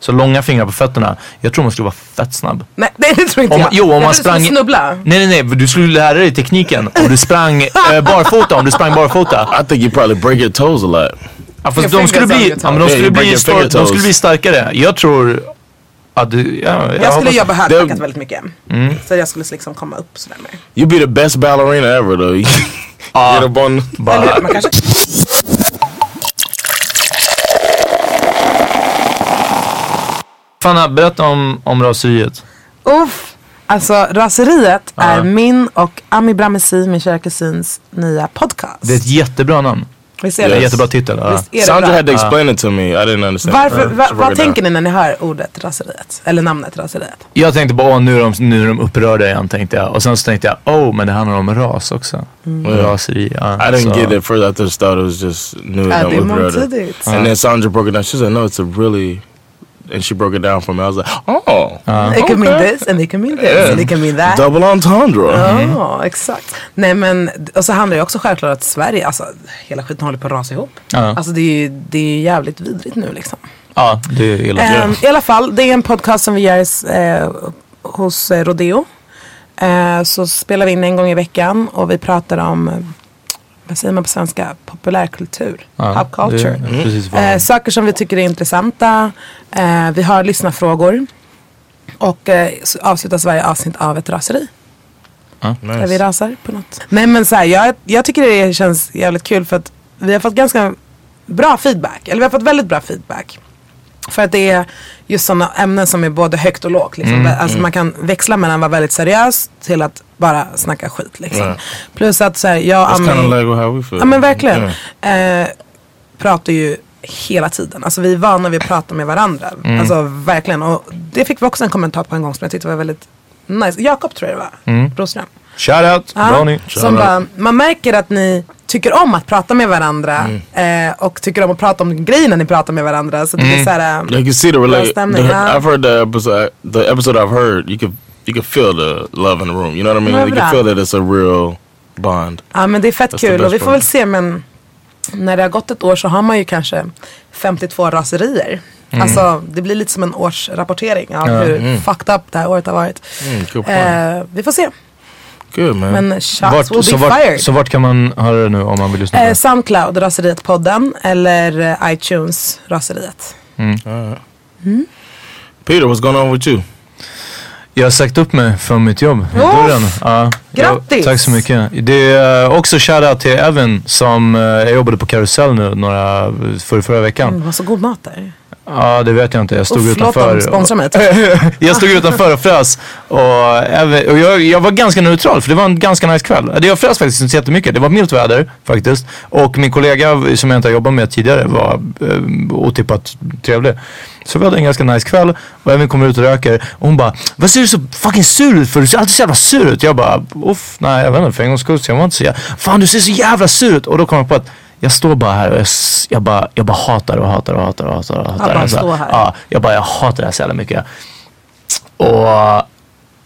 så långa fingrar på fötterna. Jag tror man skulle vara fett snabb.
Nej, det tror inte
Om,
jag.
man- jo, om
jag
man
tror du skulle
sprang... Mm.
snubbla.
Nej, nej, nej. Du skulle lära dig tekniken om du sprang eh, barfota. Om du sprang barfota.
I think you probably break your toes a lot.
Ja,
Your
fast de skulle
fingers on
bli, ja, men de, skulle
toes. Yeah,
your
you break
bli
your
stor, de
fingertoes.
skulle bli starkare. Jag tror att du... Ja,
Jag skulle
hoppas-
jobba
Det-
högklackat väldigt mycket.
Mm.
Så jag skulle liksom komma upp sådär med.
You'd be the best ballerina ever, though. You
Uh,
Get up on.
Eller man kanske...
Fanna, berätta om, om raseriet.
Uff. Alltså Raseriet är min och Ami Bramesi, min kära kusins nya podcast.
Det är ett jättebra namn.
Visst
Det
är
är
det?
en jättebra titel. Ja.
Visst är det
Sandra
bra?
had
Uh,
to explain it to me. I didn't understand.
Varför, va, vad tänker ni när ni hör ordet raseriet? Eller namnet raseriet?
Jag tänkte bara, åh, nu är, de, nu är de upprörda igen tänkte jag. Och sen så tänkte jag, oh, men det handlar om ras också.
Mm.
Raseri. Ja,
I didn't
så-
get it first. I just thought it was just new
Ja,
that
det är
with
mångtydigt.
And then Sandra broke it down. She said, "No, it's a really," and she broke it down for me. I was like, "Oh,
It can mean this and it can mean this Uh-huh. and it can mean that.
double entendre."
Ja,
Mm.
exakt. Nej men, och så handlar det också självklart om att Sverige, alltså hela skiten håller på att rasa ihop.
Ja.
Alltså det är ju det är ju jävligt vidrigt nu liksom.
Ja, det är illa.
Ehm, I alla fall, det är en podcast som vi gör eh, hos eh, Rodeo. Eh, så spelar vi in en gång i veckan och vi pratar om, eh, vad säger man på svenska, populärkultur.
Ja,
pop culture.
det Mm. är precis vad man-
Eh, saker som vi tycker är intressanta. Eh, vi har lyssnarfrågor. Och eh, så avslutas varje avsnitt av ett raseri. Där vi rasar på något. Nej men så här, jag, jag tycker det känns jävligt kul för att vi har fått ganska bra feedback. Eller vi har fått väldigt bra feedback. För att det är just sådana ämnen som är både högt och lågt. Liksom. alltså man kan växla mellan att vara väldigt seriös till att bara snacka skit. Liksom.
Ja.
Plus att så här, jag och
That's kind
Ami-
of like how we feel.
Ja men verkligen.
Yeah.
Eh, pratar ju hela tiden. Alltså vi är vana vid att prata med varandra. Alltså verkligen. Och det fick vi också en kommentar på en gång som jag tyckte var väldigt nice. Jakob tror jag det var. Broström.
Shout out,
Ja,
Ronny.
Som bara, man märker att ni tycker om att prata med varandra. Eh, och tycker om att prata om grejerna ni pratar med varandra. Så det är så här, eh,
Like you see the relate.
stämning,
the-
ja.
I've heard the episode. The episode I've heard, you could you could feel the love in the room. You know what I mean?
Men
you
bra.
can feel that it's a real bond.
Ja men det är fett
That's the
kul
best
och vi får
part.
väl se men när det har gått ett år så har man ju kanske 52 raserier.
Mm.
Alltså det blir lite som en årsrapportering av hur fucked up det här året har varit.
Mm, good point.
Eh, vi får se.
Good man.
Men shots
Vart,
will
så,
be
vart,
fired.
så vart kan man höra det nu om man vill lyssna på
eh,
det?
Soundcloud, Raseriet-podden eller eh, iTunes, Raseriet.
Peter, what's going on with you?
Jag har sagt upp mig från mitt jobb. i
Åh,
dörren. Ja,
grattis!
Ja, tack så mycket. Det är eh, också shoutout till Evan som eh, jag jobbade på Karusell nu några, för, förra veckan.
Mm, det var så god mat där.
Ja, det vet jag inte. Jag stod
Uff,
utanför.
Låt dem sponsra mig.
jag stod utanför och frös. Och, även- och jag, jag var ganska neutral för det var en ganska nice kväll. Det- Jag frös faktiskt inte så jättemycket. Det var milt väder faktiskt. Och min kollega som jag inte har jobbat med tidigare var eh, otippat trevlig. Så vi hade en ganska nice kväll och Evin kommer ut och röker och hon bara Vad ser du så fucking sur ut för? Du ser alltid så jävla sur ut. Jag bara Uff, nej jag vet inte för en gångs skull så jag var inte så jävla Fan du ser så jävla sur ut. Och då kom jag på att jag står bara här och jag, s- jag, bara, jag bara hatar och hatar och hatar och hatar. Och hatar.
bara
Alltså,
stå här.
Ja, jag bara jag hatar det här så jävla mycket. Och,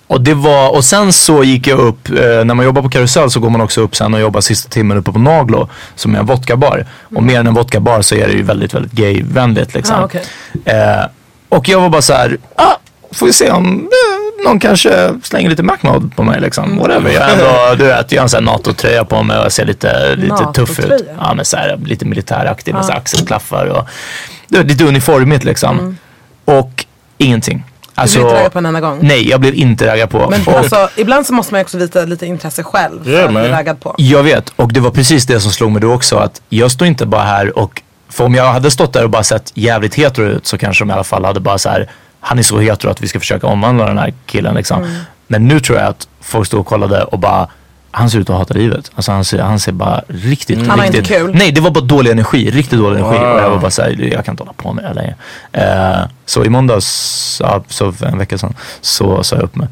och, det var, och sen så gick jag upp, eh, när man jobbar på Karusell så går man också upp sen och jobbar sista timmen uppe på Naglo som är en vodkabar. Och mer än en vodkabar så är det ju väldigt, väldigt gayvänligt liksom.
Mm. Ah, okej.
eh, och jag var bara så här, ah, får vi se om eh, någon kanske slänger lite Macmod på mig
Mm.
liksom. Whatever. Jag, har ändå, du vet, jag har en sån här NATO-tröja på mig och jag ser lite, lite tuff ut.
NATO-tröja? Ah.
Ja, men så här, lite militäraktig med så här axelklaffar och du vet, lite uniformigt liksom.
Mm.
Och ingenting.
Du
Alltså,
blir inte raggad på en enda gång.
Nej, jag blev inte raggad på.
Men
och,
alltså, ibland så måste man ju också visa lite intresse själv för
Yeah,
att bli
man.
raggad på.
Jag vet, och det var precis det som slog mig då också. Att jag står inte bara här och, för om jag hade stått där och bara sett jävligt hetero ut så kanske de i alla fall hade bara så här, han är så hetero att vi ska försöka omvandla den här killen liksom.
Mm.
Men nu tror jag att folk stod och kollade och bara, han ser ut att hata livet. Alltså han ser, han ser bara riktigt,
Mm. Han har inte
riktigt.
kul.
Nej, det var bara dålig energi, riktigt dålig energi. Och jag var bara såhär, jag kan inte hålla på med det här längre. Eh, så i måndags, ja, så för en vecka sedan, så sa jag upp mig.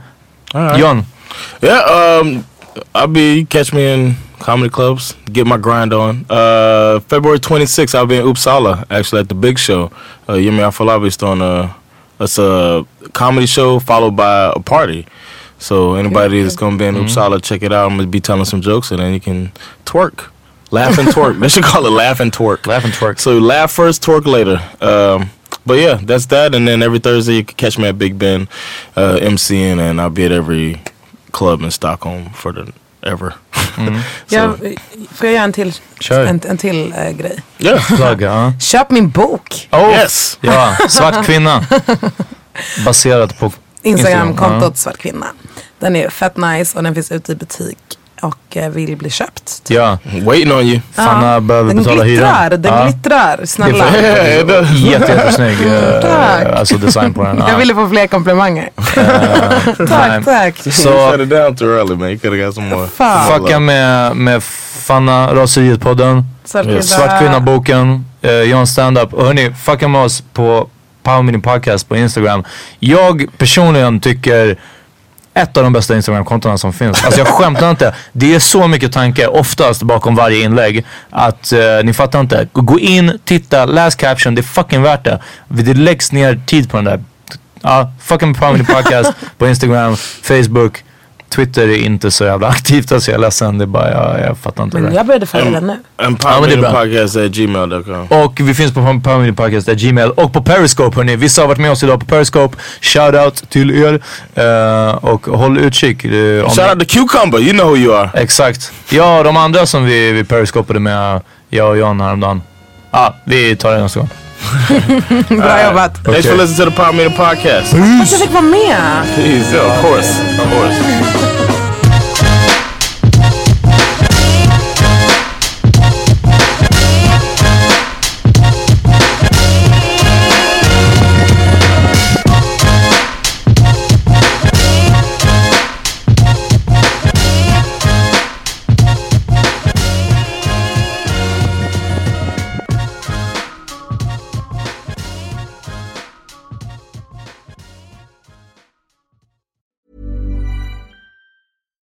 John,
Yeah, um, I'll be you catch me in comedy clubs, get my grind on. Uh, February 26th, I'll be in Uppsala actually at the big show. Uh, Yemi Afolabi's on a it's a comedy show followed by a party. So anybody that's gonna be in
Mm-hmm.
Uppsala, check it out. I'm gonna be telling some jokes and then you can twerk, laugh and twerk. they should call it laugh and twerk.
Laugh and twerk.
So laugh first, twerk later. Um, but yeah, that's that. And then every Thursday you can catch me at Big Ben, uh, MCN, and I'll be at every club in Stockholm for the ever.
Jag, får jag göra en till,
Kör.
en, en till eh, grej?
Yeah.
plugg, ja.
Köp min bok.
Oh,
Yes.
Ja, svart kvinna. Baserat på
Instagramkontot
Instagram,
svart kvinna. Den är fett nice och den finns ute i butik och eh, vill bli köpt.
Ja, Ja.
Waiting on you.
Fanna behöver
den
betala
glittrar,
hyran.
den
Ja.
glittrar. Snälla.
Det är för- Jätte, jättesnygg eh,
Tack.
alltså design på den. Ja.
Jag ville få fler komplimanger.
nej.
tack, tack.
you shut
Så
it down too early, man. You could have got some more.
Fuck.
fucka med, med Fanna, Raseriet-podden,
Svart
Ja.
Svart kvinna-boken, eh, John Standup. Och hörni, fucka med oss på Power Mini Podcast på Instagram. Jag personligen tycker ett av de bästa Instagram-kontona som finns. Alltså jag skämtar inte. Det är så mycket tanke oftast bakom varje inlägg att eh, ni fattar inte. Gå in, titta, läs caption. Det är fucking värt det. Det läggs ner tid på den där. Ja, fucking Power Mini Podcast på Instagram, Facebook. Twitter är inte så jävla aktivt alltså jag är ledsen. Det är bara jag, jag fattar inte. det.
Men jag började följa den nu.
Oh, they
Empowerment
bra.
podcast at gmail.com.
Och vi finns på powermediapodcast.gmail och på Periscope hörni. Vissa har varit med oss idag på Periscope. Shoutout till er. Eh, och håll utkik. eh, om
Shout out to Cucumber. You know who you are.
Exakt. Ja, de andra som vi, vi periscopade med, jag och John häromdagen. Ja, ah, vi tar det nästa gång.
Bra jobbat.
Thanks for
Okay.
listening to the Power Meter podcast.
Jag fick vara med.
Please, yeah, of course. Of course.